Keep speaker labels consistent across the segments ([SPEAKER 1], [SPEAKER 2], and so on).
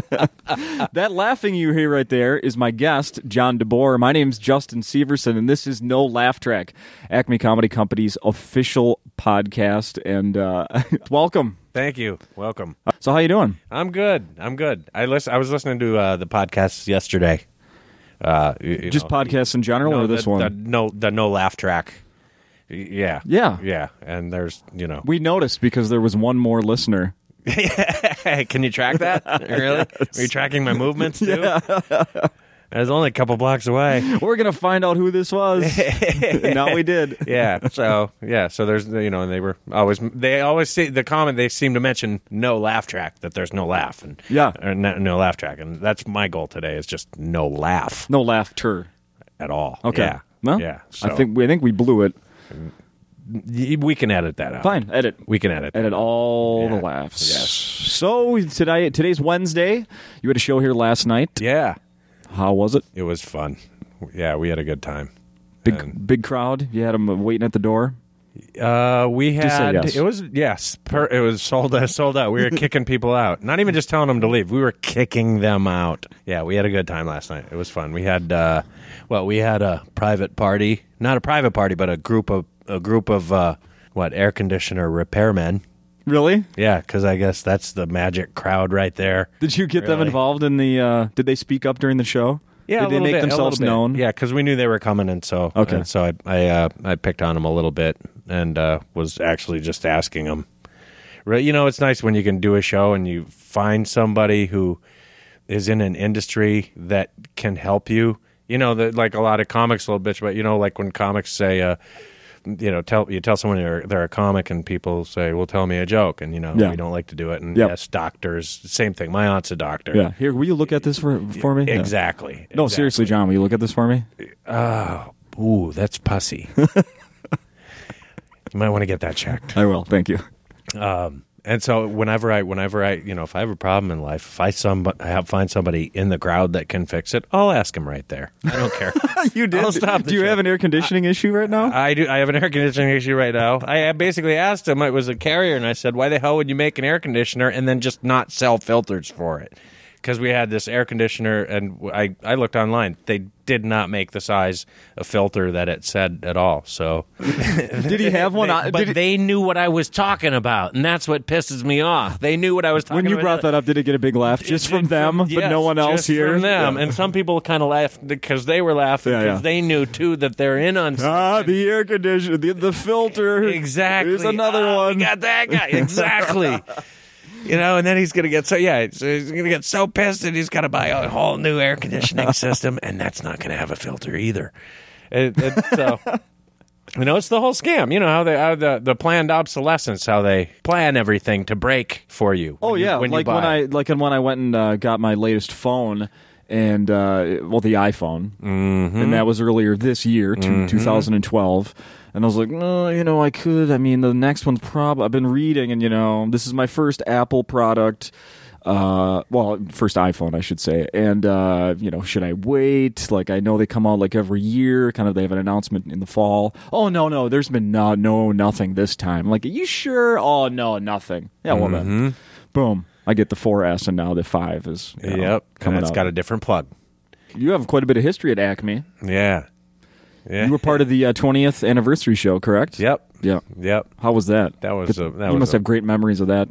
[SPEAKER 1] that laughing you hear right there is my guest, John DeBoer. My name's Justin Severson, and this is No Laugh Track, Acme Comedy Company's official podcast. And uh, welcome.
[SPEAKER 2] Thank you. Welcome.
[SPEAKER 1] So, how you doing?
[SPEAKER 2] I'm good. I'm good. I listen. I was listening to uh, the podcast yesterday. Uh, you- you
[SPEAKER 1] Just
[SPEAKER 2] know,
[SPEAKER 1] podcasts in general,
[SPEAKER 2] no,
[SPEAKER 1] or this
[SPEAKER 2] the,
[SPEAKER 1] one?
[SPEAKER 2] The, no, the no laugh track. Y- Yeah.
[SPEAKER 1] Yeah.
[SPEAKER 2] Yeah. And there's you know.
[SPEAKER 1] we noticed because there was one more listener.
[SPEAKER 2] Can you track that? Really? Are you tracking my movements too? I was only a couple blocks away.
[SPEAKER 1] We're gonna find out who this was. now we did.
[SPEAKER 2] Yeah. So yeah. So there's you know, and they were always they always see the comment they seem to mention no laugh track that there's no laugh and
[SPEAKER 1] Yeah.
[SPEAKER 2] or no, no laugh track and that's my goal today is just no laugh
[SPEAKER 1] No laughter.
[SPEAKER 2] at all.
[SPEAKER 1] Okay.
[SPEAKER 2] Yeah.
[SPEAKER 1] Well,
[SPEAKER 2] yeah.
[SPEAKER 1] I think we I think we blew it.
[SPEAKER 2] Y- we can edit that out.
[SPEAKER 1] Fine. Edit.
[SPEAKER 2] We can edit.
[SPEAKER 1] Edit all
[SPEAKER 2] Uh, Yeah.
[SPEAKER 1] the laughs.
[SPEAKER 2] Yes.
[SPEAKER 1] So today, today's Wednesday. You had a show here last night.
[SPEAKER 2] Yeah.
[SPEAKER 1] How was it?
[SPEAKER 2] It was fun. Yeah, we had a good time.
[SPEAKER 1] Big big crowd. You had them waiting at the door.
[SPEAKER 2] Uh, we
[SPEAKER 1] Just say
[SPEAKER 2] had
[SPEAKER 1] yes.
[SPEAKER 2] it was yes, per, it was sold out, sold out. We were kicking people out, not even just telling them to leave. We were kicking them out. Yeah, we had a good time last night. It was fun. We had uh, well, we had a private party, not a private party, but a group of a group of uh, what air conditioner repairmen.
[SPEAKER 1] Really?
[SPEAKER 2] Yeah, because I guess that's the magic crowd right there.
[SPEAKER 1] Did you get them
[SPEAKER 2] Really?
[SPEAKER 1] involved in the? Uh, did they speak up during the show?
[SPEAKER 2] Yeah,
[SPEAKER 1] Did
[SPEAKER 2] a
[SPEAKER 1] they
[SPEAKER 2] little
[SPEAKER 1] make
[SPEAKER 2] bit, a
[SPEAKER 1] themselves
[SPEAKER 2] little bit.
[SPEAKER 1] known?
[SPEAKER 2] Yeah, because we knew they were coming, and so
[SPEAKER 1] Okay.
[SPEAKER 2] and so I I, uh, I picked on them a little bit, and uh, was actually just asking them. You know, it's nice when you can do a show and you find somebody who is in an industry that can help you. You know, that like a lot of comics will bitch, but you know, like when comics say, uh, you know, tell you tell someone they're, they're a comic, and people say, "Well, tell me a joke," and you know,
[SPEAKER 1] Yeah.
[SPEAKER 2] we don't like to do it. And
[SPEAKER 1] Yep.
[SPEAKER 2] yes, doctors, same thing. My aunt's a doctor.
[SPEAKER 1] Yeah. Here, will you look at this for for me? Yeah.
[SPEAKER 2] Exactly.
[SPEAKER 1] No,
[SPEAKER 2] exactly.
[SPEAKER 1] seriously, John, will you look at this for me?
[SPEAKER 2] Ooh, that's pussy. you might want to get that checked.
[SPEAKER 1] I will. Thank you.
[SPEAKER 2] And so whenever I, whenever I, you know, if I have a problem in life, if I some, I have, find somebody in the crowd that can fix it, I'll ask him right there. I don't care.
[SPEAKER 1] you did.
[SPEAKER 2] I'll stop the
[SPEAKER 1] Do you
[SPEAKER 2] show.
[SPEAKER 1] have an air conditioning issue right now?
[SPEAKER 2] I do. I have an air conditioning issue right now. I, I basically asked him. It was a carrier, and I said, "Why the hell would you make an air conditioner and then just not sell filters for it?" Because we had this air conditioner, and w- I I looked online. They did not make the size of filter that it said at all. So
[SPEAKER 1] did he have one?
[SPEAKER 2] They-
[SPEAKER 1] I-
[SPEAKER 2] but
[SPEAKER 1] did he-
[SPEAKER 2] they knew what I was talking about, and that's what pisses me off. They knew what I was talking
[SPEAKER 1] when you brought
[SPEAKER 2] about.
[SPEAKER 1] that up, did it get a big laugh just from them, but
[SPEAKER 2] Yes,
[SPEAKER 1] no one else
[SPEAKER 2] just
[SPEAKER 1] here?
[SPEAKER 2] From them, and some people kind of laughed because they were laughing
[SPEAKER 1] Yeah,
[SPEAKER 2] because
[SPEAKER 1] yeah.
[SPEAKER 2] they knew too that they're in on
[SPEAKER 1] Ah, the air conditioner, the, the filter.
[SPEAKER 2] exactly.
[SPEAKER 1] Here's another
[SPEAKER 2] Ah,
[SPEAKER 1] one.
[SPEAKER 2] We got that guy exactly. You know, and then he's gonna get so yeah, so he's gonna get so pissed that he's gotta buy a whole new air conditioning system, and that's not gonna have a filter either. It, it, so you know, it's the whole scam. You know how they how the the planned obsolescence, how they plan everything to break for you.
[SPEAKER 1] oh
[SPEAKER 2] when you-
[SPEAKER 1] yeah,
[SPEAKER 2] when
[SPEAKER 1] like
[SPEAKER 2] you buy.
[SPEAKER 1] when I like when I went and uh, got my latest phone. And uh, well, the iPhone,
[SPEAKER 2] Mm-hmm.
[SPEAKER 1] and that was earlier this year, to 2012. And I was like, no, you know, I could. I mean, the next one's probably. I've been reading, and you know, this is my first Apple product. Uh, well, first iPhone, I should say. And uh, you know, should I wait? Like, I know they come out like every year. Kind of, they have an announcement in the fall. Oh no, no, there's been no, no, nothing this time. Like, are you sure? Oh no, nothing. Yeah, well
[SPEAKER 2] Mm-hmm.
[SPEAKER 1] then, boom. I get the 4S and now the 5 is you know,
[SPEAKER 2] yep, and
[SPEAKER 1] coming
[SPEAKER 2] it's
[SPEAKER 1] out.
[SPEAKER 2] got a different plug.
[SPEAKER 1] you have quite a bit of history at Acme.
[SPEAKER 2] Yeah, yeah,
[SPEAKER 1] You were part of the uh, 20th anniversary show, correct?
[SPEAKER 2] yep,
[SPEAKER 1] Yeah.
[SPEAKER 2] yep.
[SPEAKER 1] How was that?
[SPEAKER 2] That was
[SPEAKER 1] But
[SPEAKER 2] a- that
[SPEAKER 1] you
[SPEAKER 2] was
[SPEAKER 1] must
[SPEAKER 2] a-
[SPEAKER 1] have great memories of that.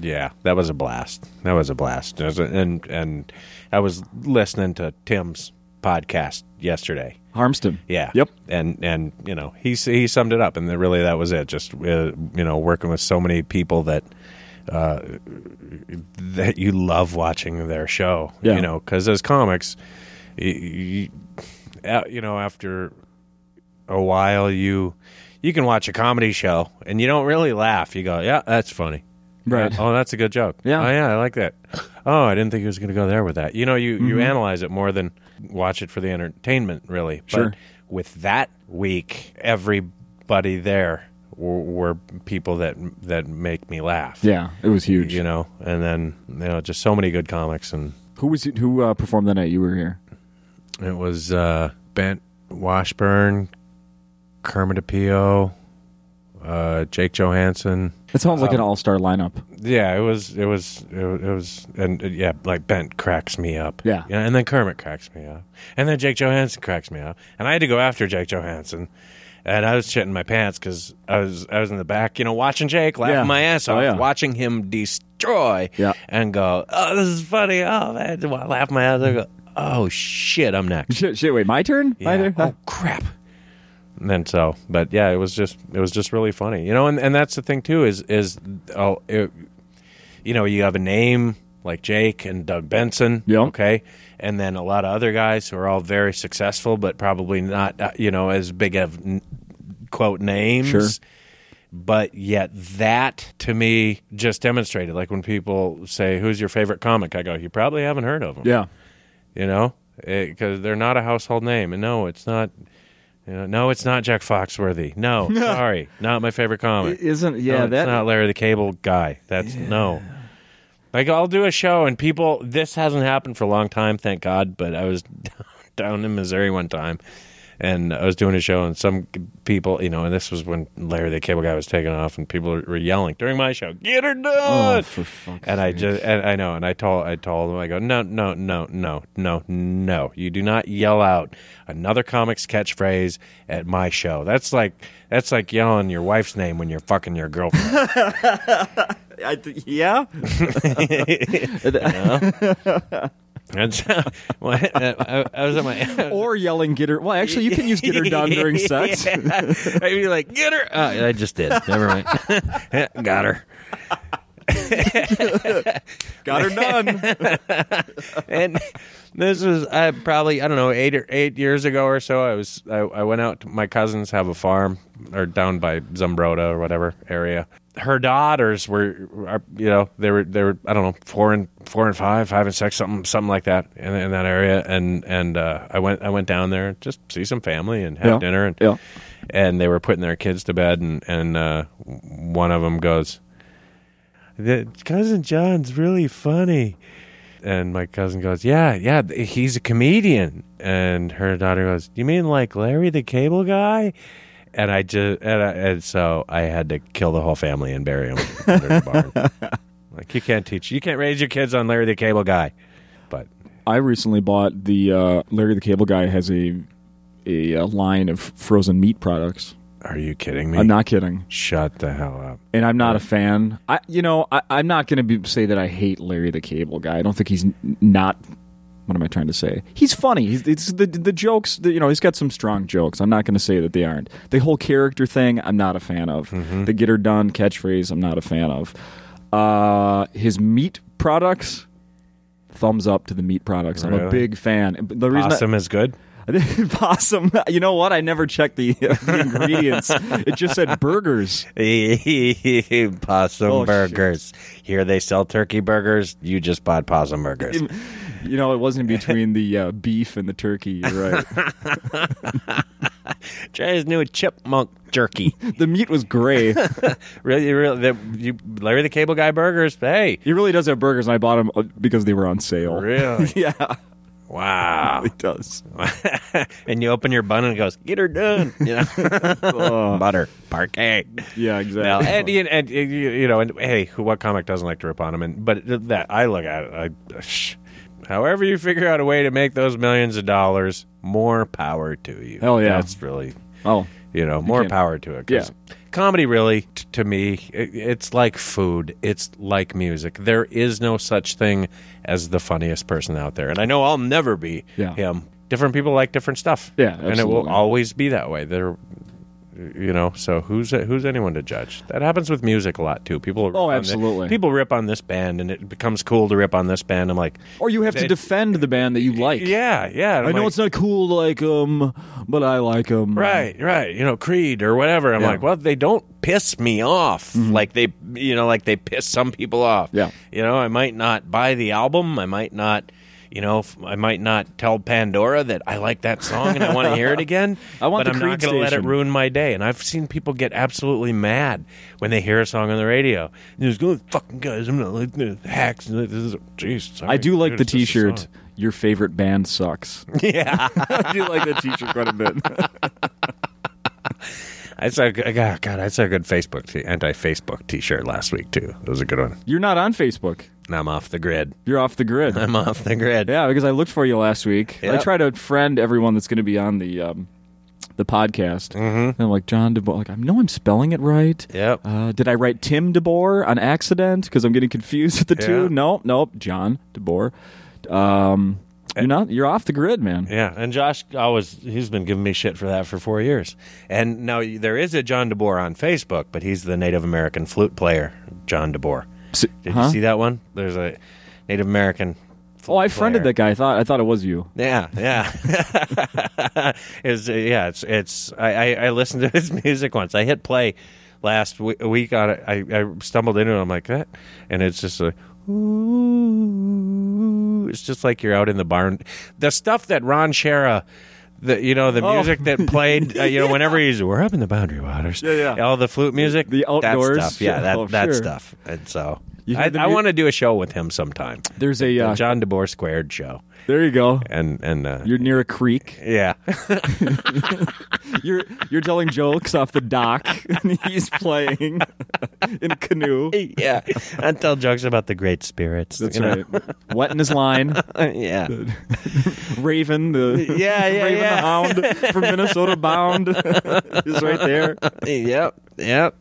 [SPEAKER 2] Yeah, that was a blast. That was a blast. It was a- and and I was listening to Tim's podcast yesterday.
[SPEAKER 1] Harmston.
[SPEAKER 2] Yeah.
[SPEAKER 1] Yep.
[SPEAKER 2] And and you know he s- he summed it up, and then really that was it. Just uh, you know working with so many people that uh, that you love watching their show.
[SPEAKER 1] Yeah.
[SPEAKER 2] You know, because as comics, you, you know after a while you you can watch a comedy show and you don't really laugh. You go, yeah, that's funny.
[SPEAKER 1] Right.
[SPEAKER 2] Oh, that's a good joke.
[SPEAKER 1] Yeah.
[SPEAKER 2] Oh, yeah, I like that. Oh, I didn't think he was going to go there with that. You know, you,
[SPEAKER 1] Mm-hmm.
[SPEAKER 2] you analyze it more than watch it for the entertainment, really.
[SPEAKER 1] Sure.
[SPEAKER 2] But with that week, everybody there were, were people that that make me laugh.
[SPEAKER 1] Yeah, it was huge.
[SPEAKER 2] You know, and then you know, just so many good comics, and
[SPEAKER 1] Who was it, who uh, performed that night you were here?
[SPEAKER 2] it was uh, Bent Washburn, Kermit DePio, uh, Jake Johansson.
[SPEAKER 1] It sounds like an all star lineup.
[SPEAKER 2] Yeah, it was, it was, it was, it was and uh, yeah, like Bent cracks me up.
[SPEAKER 1] Yeah.
[SPEAKER 2] and then Kermit cracks me up, and then Jake Johansson cracks me up, and I had to go after Jake Johansson, and I was shitting my pants because I was, I was in the back, you know, watching Jake, laughing
[SPEAKER 1] Yeah.
[SPEAKER 2] my ass
[SPEAKER 1] Oh,
[SPEAKER 2] off,
[SPEAKER 1] yeah.
[SPEAKER 2] watching him destroy,
[SPEAKER 1] Yeah.
[SPEAKER 2] and go, oh, this is funny, oh, man, I laugh my ass, off. I go, oh shit, I'm next.
[SPEAKER 1] Shit, shit, wait, my turn? My
[SPEAKER 2] Yeah.
[SPEAKER 1] turn?
[SPEAKER 2] Oh crap. And then so, but yeah, it was just it was just really funny, you know. And, and that's the thing too is is oh, it, you know, you have a name like Jake and Doug Benson,
[SPEAKER 1] Yeah.
[SPEAKER 2] okay, and then a lot of other guys who are all very successful, but probably not uh, you know as big of n- quote names.
[SPEAKER 1] Sure.
[SPEAKER 2] But yet, that to me just demonstrated. Like when people say, "Who's your favorite comic?" I go, "You probably haven't heard of them."
[SPEAKER 1] Yeah.
[SPEAKER 2] you know, because they're not a household name. And no, it's not. You know, no, it's not Jack Foxworthy. No, sorry, not my favorite comic.
[SPEAKER 1] Isn't,
[SPEAKER 2] No,
[SPEAKER 1] yeah,
[SPEAKER 2] it's
[SPEAKER 1] that.
[SPEAKER 2] not Larry the Cable Guy. That's no. Like I'll do a show and people. This hasn't happened for a long time, thank God. But I was down in Missouri one time, and I was doing a show, and some people, you know, and this was when Larry the Cable Guy was taking off, and people were yelling during my show, "Get her done!"
[SPEAKER 1] oh, for fuck's
[SPEAKER 2] And I
[SPEAKER 1] sake.
[SPEAKER 2] just, and I know, and I told, I told him, I go, no, no, no, no, no, no, you do not yell out another comics catchphrase at my show. That's like, that's like yelling your wife's name when you're fucking your girlfriend.
[SPEAKER 1] I th- yeah?
[SPEAKER 2] and so, well, uh, I, I was at my,
[SPEAKER 1] or yelling get her. Well, actually, you can use get her done during sex.
[SPEAKER 2] Yeah. I'd be like, get her. Oh, I just did. Never mind. Got her.
[SPEAKER 1] Got her done.
[SPEAKER 2] and this was I probably I don't know eight or eight years ago or so. I was I, I went out. To, my cousins have a farm or down by Zumbrota or whatever area. Her daughters were, are, you know, they were they were I don't know four and four and five, five and six, something something like that in, in that area. And and uh, I went I went down there just see some family and have
[SPEAKER 1] Yeah.
[SPEAKER 2] dinner and
[SPEAKER 1] Yeah.
[SPEAKER 2] and they were putting their kids to bed and and uh, one of them goes the cousin John's really funny. And my cousin goes, Yeah, yeah, th- he's a comedian. And her daughter goes, You mean like Larry the Cable Guy? And I just, and, I, and so I had to kill the whole family and bury him under the barn. Like, you can't teach, you can't raise your kids on Larry the Cable Guy. But
[SPEAKER 1] I recently bought the uh, Larry the Cable Guy has a, a uh line of frozen meat products.
[SPEAKER 2] are you kidding me?
[SPEAKER 1] I'm not kidding.
[SPEAKER 2] Shut the hell up.
[SPEAKER 1] and I'm not a fan. I, you know, I, I'm not going to say that I hate Larry the Cable Guy. I don't think he's n- not. What am I trying to say? He's funny. He's, it's the the jokes. The, you know, he's got some strong jokes. I'm not going to say that they aren't. The whole character thing, I'm not a fan of.
[SPEAKER 2] Mm-hmm.
[SPEAKER 1] The get her done catchphrase, I'm not a fan of. Uh, his meat products. Thumbs up to the meat products. I'm a
[SPEAKER 2] Really?
[SPEAKER 1] big fan. The reason I-
[SPEAKER 2] Awesome is good.
[SPEAKER 1] possum. You know what? I never checked the, the ingredients. it just said burgers.
[SPEAKER 2] possum
[SPEAKER 1] Oh, shit.
[SPEAKER 2] burgers. Here they sell turkey burgers. You just bought possum burgers.
[SPEAKER 1] You know, it wasn't between the uh, beef and the turkey. You're right.
[SPEAKER 2] Try his new chipmunk jerky.
[SPEAKER 1] the meat was gray.
[SPEAKER 2] really, really, the, you, Larry the Cable Guy burgers. Hey,
[SPEAKER 1] He really does have burgers, and I bought them because they were on sale.
[SPEAKER 2] really?
[SPEAKER 1] Yeah,
[SPEAKER 2] wow.
[SPEAKER 1] he does.
[SPEAKER 2] and you open your bun and it goes, get her done. You know? Butter, parquet.
[SPEAKER 1] Oh, Yeah,
[SPEAKER 2] Now,
[SPEAKER 1] exactly.
[SPEAKER 2] and, and, and you you know, and hey, who what comic doesn't like to rip on him? And but that I look at it, I, however you figure out a way to make those millions of dollars, more power to you.
[SPEAKER 1] Hell yeah.
[SPEAKER 2] that's really
[SPEAKER 1] oh,
[SPEAKER 2] you know more
[SPEAKER 1] can't-
[SPEAKER 2] power to it 'cause comedy really t- to me it, it's like food it's like music there is no such thing as the funniest person out there and i know i'll never be
[SPEAKER 1] Yeah.
[SPEAKER 2] him different people like different stuff
[SPEAKER 1] Yeah,
[SPEAKER 2] and it will
[SPEAKER 1] absolutely.
[SPEAKER 2] always be that way there you know so who's who's anyone to judge that happens with music a lot too people rip on the-
[SPEAKER 1] Oh, absolutely.
[SPEAKER 2] people rip on this band and it becomes cool to rip on this band i'm like
[SPEAKER 1] or you have to
[SPEAKER 2] They-
[SPEAKER 1] defend the band that you like.
[SPEAKER 2] yeah yeah
[SPEAKER 1] I know it's not cool to like them, but I like them.
[SPEAKER 2] Right, right. You know, Creed or whatever. I'm
[SPEAKER 1] Um, Yeah. Mm-hmm.
[SPEAKER 2] like, well, they don't piss me off like they, you know, like they piss some people off.
[SPEAKER 1] Yeah.
[SPEAKER 2] You know, I might not buy the album. I might not, you know, f- I might not tell Pandora that I like that song and I want to hear it again.
[SPEAKER 1] I want
[SPEAKER 2] but
[SPEAKER 1] the
[SPEAKER 2] I'm not
[SPEAKER 1] Creed
[SPEAKER 2] gonna let it
[SPEAKER 1] station.
[SPEAKER 2] ruin my day. And I've seen people get absolutely mad when they hear a song on the radio. There's going "Oh, fucking guys. I'm not like the hacks. and This is, jeez.
[SPEAKER 1] I do like the
[SPEAKER 2] sorry, dude, it's just a
[SPEAKER 1] T-shirt.
[SPEAKER 2] song."
[SPEAKER 1] Your favorite band sucks.
[SPEAKER 2] Yeah.
[SPEAKER 1] I do like the T-shirt quite a bit.
[SPEAKER 2] I saw, a- God, God, I saw a good Facebook t- anti Facebook t shirt last week too. That was a good one.
[SPEAKER 1] You're not on Facebook.
[SPEAKER 2] And I'm off the grid.
[SPEAKER 1] You're off the grid.
[SPEAKER 2] I'm off the grid.
[SPEAKER 1] Yeah, because I looked for you last week. I
[SPEAKER 2] Yep.
[SPEAKER 1] try to friend everyone that's going to be on the um, the podcast.
[SPEAKER 2] Mm-hmm.
[SPEAKER 1] And I'm like John DeBoer. Like I know I'm spelling it right.
[SPEAKER 2] Yep.
[SPEAKER 1] Uh, did I write Tim DeBoer on accident? Because I'm getting confused with the
[SPEAKER 2] Yeah.
[SPEAKER 1] two. Nope, nope. John DeBoer. Um, you're not. You're off the grid, man.
[SPEAKER 2] Yeah, and Josh always he's been giving me shit for that for four years. And now there is a John DeBoer on Facebook, but he's the Native American flute player, John DeBoer.
[SPEAKER 1] S-
[SPEAKER 2] Did
[SPEAKER 1] huh?
[SPEAKER 2] you see that one? There's a Native American.
[SPEAKER 1] Oh, I friended
[SPEAKER 2] player.
[SPEAKER 1] that guy. I thought I thought it was you.
[SPEAKER 2] Yeah, yeah. is yeah, it's it's. I, I I listened to his music once. I hit play last we- week on it. I, I stumbled into it. I'm like that, and it's just a. Ooh, it's just like you're out in the barn. The stuff that Ron Shera. The, you know the
[SPEAKER 1] Oh.
[SPEAKER 2] music that played uh, you know whenever he's we're up in the boundary waters
[SPEAKER 1] Yeah, yeah.
[SPEAKER 2] all the flute music
[SPEAKER 1] The
[SPEAKER 2] that
[SPEAKER 1] outdoors.
[SPEAKER 2] stuff. yeah that,
[SPEAKER 1] Oh,
[SPEAKER 2] that
[SPEAKER 1] sure.
[SPEAKER 2] stuff and so
[SPEAKER 1] You
[SPEAKER 2] I,
[SPEAKER 1] hear the
[SPEAKER 2] I
[SPEAKER 1] mu-
[SPEAKER 2] want to do a show with him sometime
[SPEAKER 1] There's a. Uh,
[SPEAKER 2] the John DeBoer squared show
[SPEAKER 1] there you go.
[SPEAKER 2] and and uh,
[SPEAKER 1] You're near a creek.
[SPEAKER 2] yeah
[SPEAKER 1] You're you're telling jokes off the dock, and he's playing in a canoe.
[SPEAKER 2] yeah, and tell jokes about the great spirits.
[SPEAKER 1] That's
[SPEAKER 2] you know?
[SPEAKER 1] right. Wetting his line.
[SPEAKER 2] yeah,
[SPEAKER 1] Raven, the
[SPEAKER 2] Yeah, yeah,
[SPEAKER 1] Raven the
[SPEAKER 2] yeah.
[SPEAKER 1] Hound from Minnesota Bound is right there.
[SPEAKER 2] yep, yep,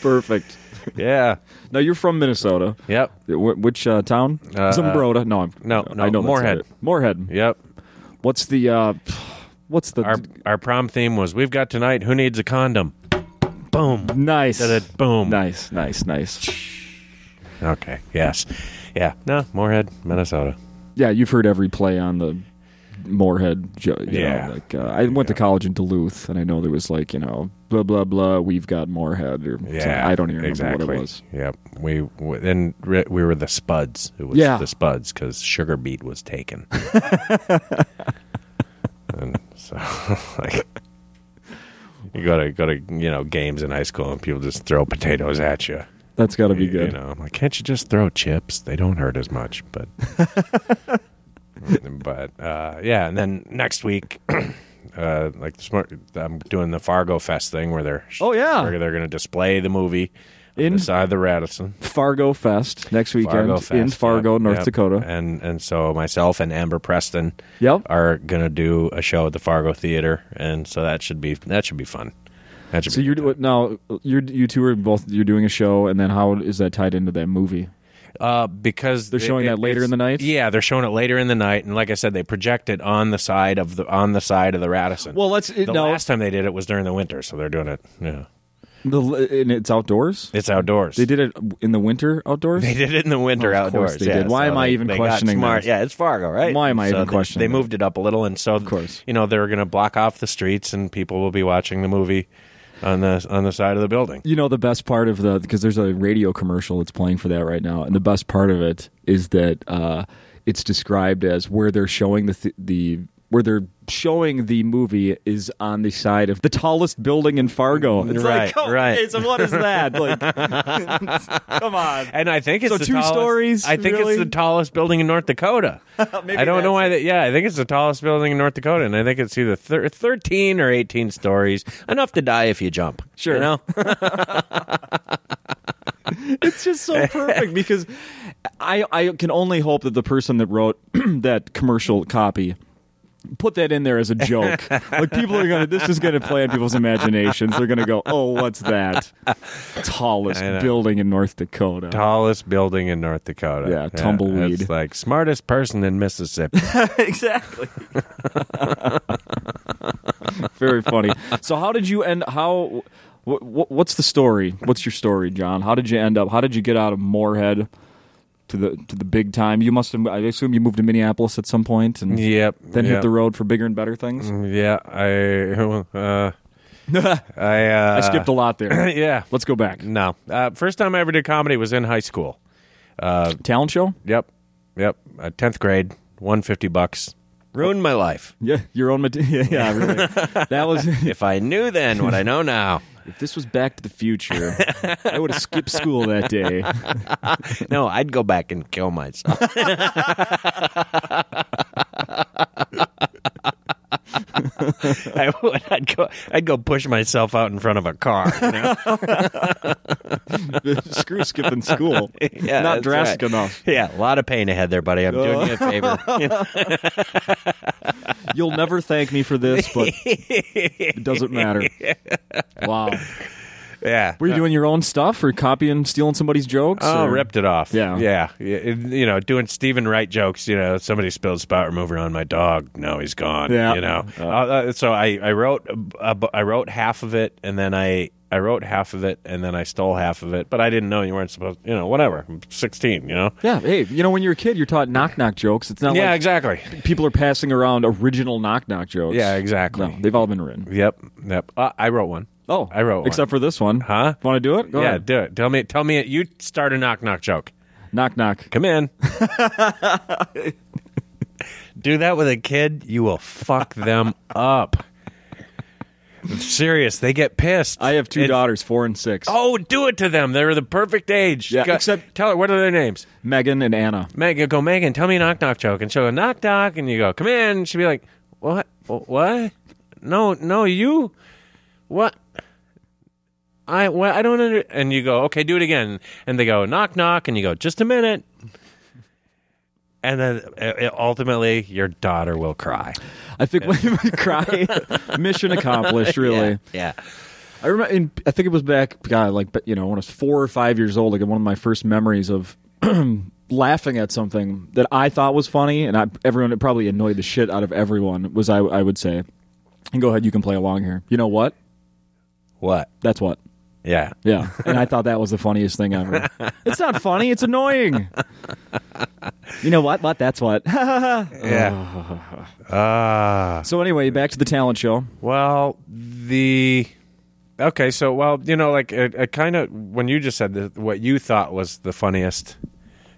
[SPEAKER 1] Perfect.
[SPEAKER 2] yeah,
[SPEAKER 1] Now you're from Minnesota.
[SPEAKER 2] yep,
[SPEAKER 1] Wh- Which uh, town?
[SPEAKER 2] Uh,
[SPEAKER 1] Zumbrota. No, I'm
[SPEAKER 2] no, no,
[SPEAKER 1] I know that's
[SPEAKER 2] Moorhead.
[SPEAKER 1] not it. Moorhead.
[SPEAKER 2] yep.
[SPEAKER 1] What's the uh, what's the
[SPEAKER 2] Our our prom theme was "We've got tonight. Who needs a condom?" Boom.
[SPEAKER 1] nice?
[SPEAKER 2] Did it. Boom.
[SPEAKER 1] Nice, nice, nice.
[SPEAKER 2] Okay. Yes. Yeah. No. Moorhead, Minnesota.
[SPEAKER 1] Yeah, you've heard every play on the Moorhead. jo- You
[SPEAKER 2] Yeah.
[SPEAKER 1] Know, like uh, I went to college in Duluth, and I know there was like you know blah blah blah. We've got Moorhead, or something.
[SPEAKER 2] Yeah.
[SPEAKER 1] I don't even remember
[SPEAKER 2] exactly.
[SPEAKER 1] what it was.
[SPEAKER 2] Yep. We w- then re- we were the Spuds. It was
[SPEAKER 1] Yeah.
[SPEAKER 2] the Spuds because Sugar Beet was taken. and so like you go to go to you know games in high school and people just throw potatoes at you.
[SPEAKER 1] That's got to be
[SPEAKER 2] You-
[SPEAKER 1] good.
[SPEAKER 2] You know, I'm like, can't you just throw chips? They don't hurt as much, but but uh, yeah. And then next week, uh, like this morning, I'm doing the Fargo Fest thing where they're
[SPEAKER 1] Oh, yeah.
[SPEAKER 2] where they're going to display the movie on
[SPEAKER 1] In-
[SPEAKER 2] the side of the Radisson.
[SPEAKER 1] Fargo Fest next weekend in
[SPEAKER 2] Fest,
[SPEAKER 1] Fargo,
[SPEAKER 2] yep,
[SPEAKER 1] North
[SPEAKER 2] yep.
[SPEAKER 1] Dakota.
[SPEAKER 2] and and so myself and Amber Preston
[SPEAKER 1] Yep.
[SPEAKER 2] are going to do a show at the Fargo Theater, and so that should be that should be fun. That should
[SPEAKER 1] So
[SPEAKER 2] be
[SPEAKER 1] you're
[SPEAKER 2] good.
[SPEAKER 1] do- now you're you two are both you're doing a show, and then how is that tied into that movie?
[SPEAKER 2] Uh, because
[SPEAKER 1] They're showing that later
[SPEAKER 2] it's-
[SPEAKER 1] in the night?
[SPEAKER 2] Yeah, they're showing it later in the night, and like I said, they project it on the side of the on the side of the Radisson.
[SPEAKER 1] let's
[SPEAKER 2] the last time they did it was during the winter, so they're doing it. Yeah,
[SPEAKER 1] the, and it's outdoors.
[SPEAKER 2] it's outdoors.
[SPEAKER 1] They did it in the winter outdoors.
[SPEAKER 2] They did it in the winter
[SPEAKER 1] Oh, of course
[SPEAKER 2] outdoors.
[SPEAKER 1] they
[SPEAKER 2] yeah,
[SPEAKER 1] did. Why
[SPEAKER 2] so
[SPEAKER 1] am I
[SPEAKER 2] they-
[SPEAKER 1] even
[SPEAKER 2] they got
[SPEAKER 1] questioning
[SPEAKER 2] Smart.
[SPEAKER 1] that?
[SPEAKER 2] Yeah, it's Fargo, right?
[SPEAKER 1] Why am I
[SPEAKER 2] So
[SPEAKER 1] even
[SPEAKER 2] they-
[SPEAKER 1] questioning
[SPEAKER 2] They
[SPEAKER 1] that?
[SPEAKER 2] moved it up a little, and so of
[SPEAKER 1] course.
[SPEAKER 2] you know, they're going to block off the streets, and people will be watching the movie on the on the side of the building.
[SPEAKER 1] You know the best part of the because there's a radio commercial that's playing for that right now, and the best part of it is that uh, it's described as where they're showing the th- the where they're showing the movie is on the side of the tallest building in Fargo. It's
[SPEAKER 2] Right,
[SPEAKER 1] like, oh,
[SPEAKER 2] right.
[SPEAKER 1] okay, so what is that? Like, come on.
[SPEAKER 2] And I think it's
[SPEAKER 1] So
[SPEAKER 2] the
[SPEAKER 1] two
[SPEAKER 2] tallest-
[SPEAKER 1] stories,
[SPEAKER 2] I think
[SPEAKER 1] really?
[SPEAKER 2] it's the tallest building in North Dakota. I don't know why. That, yeah, I think it's the tallest building in North Dakota, and I think it's either thir- thirteen or eighteen stories. Enough to die if you jump.
[SPEAKER 1] Sure.
[SPEAKER 2] You know?
[SPEAKER 1] it's just so perfect because I I can only hope that the person that wrote that commercial copy put that in there as a joke. like people are gonna this is gonna play on people's imaginations. They're gonna go, oh, what's that tallest
[SPEAKER 2] I know.
[SPEAKER 1] building in North Dakota?
[SPEAKER 2] tallest building in North Dakota.
[SPEAKER 1] Yeah, tumbleweed.
[SPEAKER 2] It's like smartest person in Mississippi.
[SPEAKER 1] exactly. Very funny. So how did you end? How? Wh- wh- what's the story? What's your story, John? How did you end up? How did you get out of Moorhead to the to the big time? You must have. I assume you moved to Minneapolis at some point and
[SPEAKER 2] yep.
[SPEAKER 1] then
[SPEAKER 2] yep.
[SPEAKER 1] hit the road for bigger and better things.
[SPEAKER 2] Yeah, I. Uh, I. Uh,
[SPEAKER 1] I skipped a lot there.
[SPEAKER 2] yeah.
[SPEAKER 1] Let's go back.
[SPEAKER 2] No. Uh, first time I ever did comedy was in high school.
[SPEAKER 1] Talent show?
[SPEAKER 2] Yep. Yep. Uh, Tenth grade. One fifty bucks. Ruined my life.
[SPEAKER 1] Yeah, your own. Mat- yeah, yeah, really. that was.
[SPEAKER 2] If I knew then what I know now.
[SPEAKER 1] If this was Back to the Future, I would have skipped school that day.
[SPEAKER 2] No, I'd go back and kill myself. I would. I'd go. I'd go push myself out in front of a car. you know?
[SPEAKER 1] Screw skipping school.
[SPEAKER 2] Yeah,
[SPEAKER 1] Not
[SPEAKER 2] that's
[SPEAKER 1] drastic
[SPEAKER 2] right.
[SPEAKER 1] enough.
[SPEAKER 2] Yeah, a lot of pain ahead there, buddy. I'm doing you a favor.
[SPEAKER 1] You'll never thank me for this, but it doesn't matter. Wow.
[SPEAKER 2] yeah.
[SPEAKER 1] Were you doing your own stuff or copying, stealing somebody's jokes?
[SPEAKER 2] Oh,
[SPEAKER 1] or-
[SPEAKER 2] ripped it off.
[SPEAKER 1] Yeah.
[SPEAKER 2] yeah, Yeah, it- You know, doing Stephen Wright jokes. You know, somebody spilled spout remover on my dog. Now he's gone.
[SPEAKER 1] Yeah.
[SPEAKER 2] You know, Uh, uh, so I I wrote uh, I wrote half of it, and then I I wrote half of it, and then I stole half of it. But I didn't know you weren't supposed. You know, whatever. I'm 16. You know.
[SPEAKER 1] Yeah. Hey, you know, when you're a kid, you're taught knock knock jokes. It's not
[SPEAKER 2] yeah.
[SPEAKER 1] like
[SPEAKER 2] Exactly.
[SPEAKER 1] people are passing around original knock knock jokes.
[SPEAKER 2] Yeah. Exactly.
[SPEAKER 1] No, they've all been written.
[SPEAKER 2] Yep. Yep. Uh, I wrote one.
[SPEAKER 1] Oh,
[SPEAKER 2] I wrote one.
[SPEAKER 1] Except for this one.
[SPEAKER 2] Huh?
[SPEAKER 1] Want to do it? Go
[SPEAKER 2] yeah.
[SPEAKER 1] ahead.
[SPEAKER 2] Do it. Tell me. Tell me. You start a knock knock joke.
[SPEAKER 1] Knock knock.
[SPEAKER 2] Come in. Do that with a kid, you will fuck them up. I'm serious. They get pissed.
[SPEAKER 1] I have two
[SPEAKER 2] It's-
[SPEAKER 1] daughters, four and six.
[SPEAKER 2] Oh, do it to them. They're the perfect age.
[SPEAKER 1] Yeah,
[SPEAKER 2] Go-
[SPEAKER 1] except-
[SPEAKER 2] tell her what are their names.
[SPEAKER 1] Megan and Anna.
[SPEAKER 2] Megan, go Megan. Tell me a knock knock joke, and she'll go knock knock, and you go come in. She'll be like, what? What? No, no, you. What? I what? I don't under. And you go okay, do it again, and they go knock knock, and you go just a minute. And then uh, ultimately, your daughter will cry.
[SPEAKER 1] I think when we cry, mission accomplished. Really,
[SPEAKER 2] Yeah.
[SPEAKER 1] I remember. In, I think it was back, God, like but, you know, when I was four or five years old. Like one of my first memories of laughing at something that I thought was funny, and I, everyone it probably annoyed the shit out of everyone. Was I, I would say, and go ahead, you can play along here. You know what?
[SPEAKER 2] What?
[SPEAKER 1] That's what.
[SPEAKER 2] Yeah.
[SPEAKER 1] Yeah, and I thought that was the funniest thing ever. it's not funny. It's annoying. You know what? What? That's what.
[SPEAKER 2] Yeah. Ah.
[SPEAKER 1] so anyway, back to the talent show.
[SPEAKER 2] Well, the okay, so well, you know, like it, it kind of when you just said that what you thought was the funniest,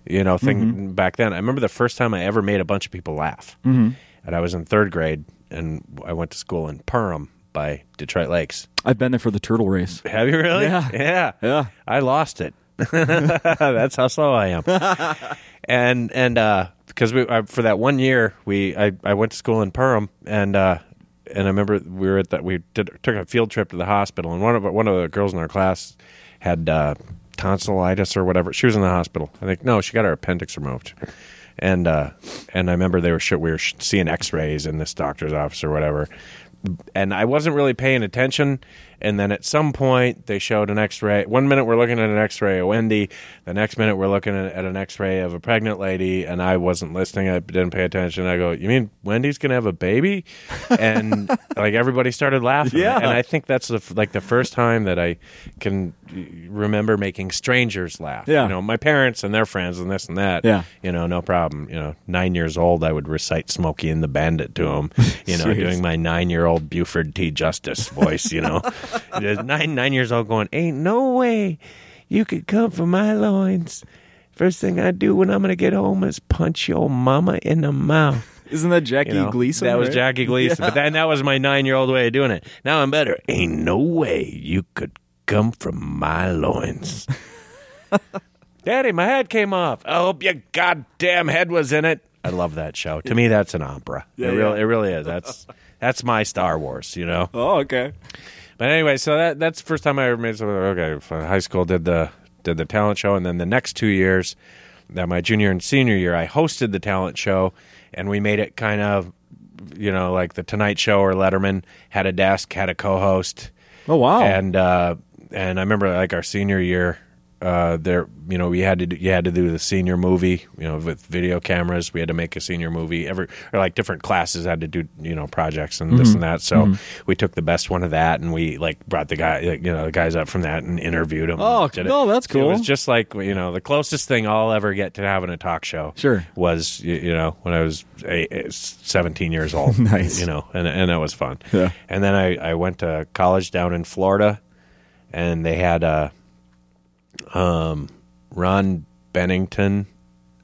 [SPEAKER 2] you know, thing back then. I remember the first time I ever made a bunch of people laugh, mm-hmm. and I was in third grade, and I went to school in Perham by Detroit Lakes.
[SPEAKER 1] I've been there for the turtle race.
[SPEAKER 2] Have you really?
[SPEAKER 1] Yeah.
[SPEAKER 2] yeah,
[SPEAKER 1] Yeah.
[SPEAKER 2] I lost it. That's how slow I am. and and uh, because we I, for that one year we I, I went to school in Perham and uh, and I remember we were at that we did, took a field trip to the hospital and one of one of the girls in our class had uh, tonsillitis or whatever. She was in the hospital. I think no, she got her appendix removed. And uh, and I remember they were sh- we were sh- seeing X-rays in this doctor's office or whatever, and I wasn't really paying attention. And then at some point, they showed an X ray. One minute we're looking at an X ray of Wendy, the next minute we're looking at at an X ray of a pregnant lady. And I wasn't listening. I didn't pay attention. I go, "You mean Wendy's gonna have a baby?" And like everybody started laughing.
[SPEAKER 1] Yeah.
[SPEAKER 2] And I think that's the, f- like the first time that I can uh, remember making strangers laugh.
[SPEAKER 1] Yeah.
[SPEAKER 2] You know, my parents and their friends and this and that.
[SPEAKER 1] Yeah.
[SPEAKER 2] You know, no problem. You know, nine years old, I would recite Smokey and the Bandit to them. You know,
[SPEAKER 1] Serious.
[SPEAKER 2] doing my nine-year-old Buford T. Justice voice, you know, Just nine nine years old, going, "Ain't no way you could come for my loins." First thing I do when I'm gonna get home is punch your mama in the mouth.
[SPEAKER 1] Isn't that Jackie
[SPEAKER 2] You know?
[SPEAKER 1] Gleason?
[SPEAKER 2] That was
[SPEAKER 1] right?
[SPEAKER 2] Jackie Gleason, but then that was my nine-year-old way of doing it. Now I'm better. Ain't no way you could come from my loins. Daddy, my head came off. I hope your goddamn head was in it. I love that show. To me, that's an opera. it really,
[SPEAKER 1] yeah.
[SPEAKER 2] it really is. That's that's my Star Wars. You know.
[SPEAKER 1] Oh, okay.
[SPEAKER 2] But anyway, so that that's the first time I ever made something. Okay, fine. high school did the did the talent show, and then the next two years, that my junior and senior year, I hosted the talent show, and we made it kind of, you know, like the Tonight Show or Letterman had a desk, had a co-host,
[SPEAKER 1] Oh wow.
[SPEAKER 2] and uh, and I remember like our senior year, uh, there you know we had to do, you had to do the senior movie you know with video cameras. We had to make a senior movie every or like different classes had to do you know projects and
[SPEAKER 1] Mm-hmm.
[SPEAKER 2] this and that. So we took the best one of that and we like brought the guy like, you know the guys up from that and interviewed them.
[SPEAKER 1] Oh,
[SPEAKER 2] and did it.
[SPEAKER 1] no, that's
[SPEAKER 2] So It was
[SPEAKER 1] cool.
[SPEAKER 2] just like you know the closest thing I'll ever get to having a talk show.
[SPEAKER 1] Sure.
[SPEAKER 2] was you, you know when I was eight, eight- seventeen years old.
[SPEAKER 1] Nice.
[SPEAKER 2] you know, and and that was fun.
[SPEAKER 1] Yeah.
[SPEAKER 2] And then I, I went to college down in Florida, and they had uh, um, Ron Bennington.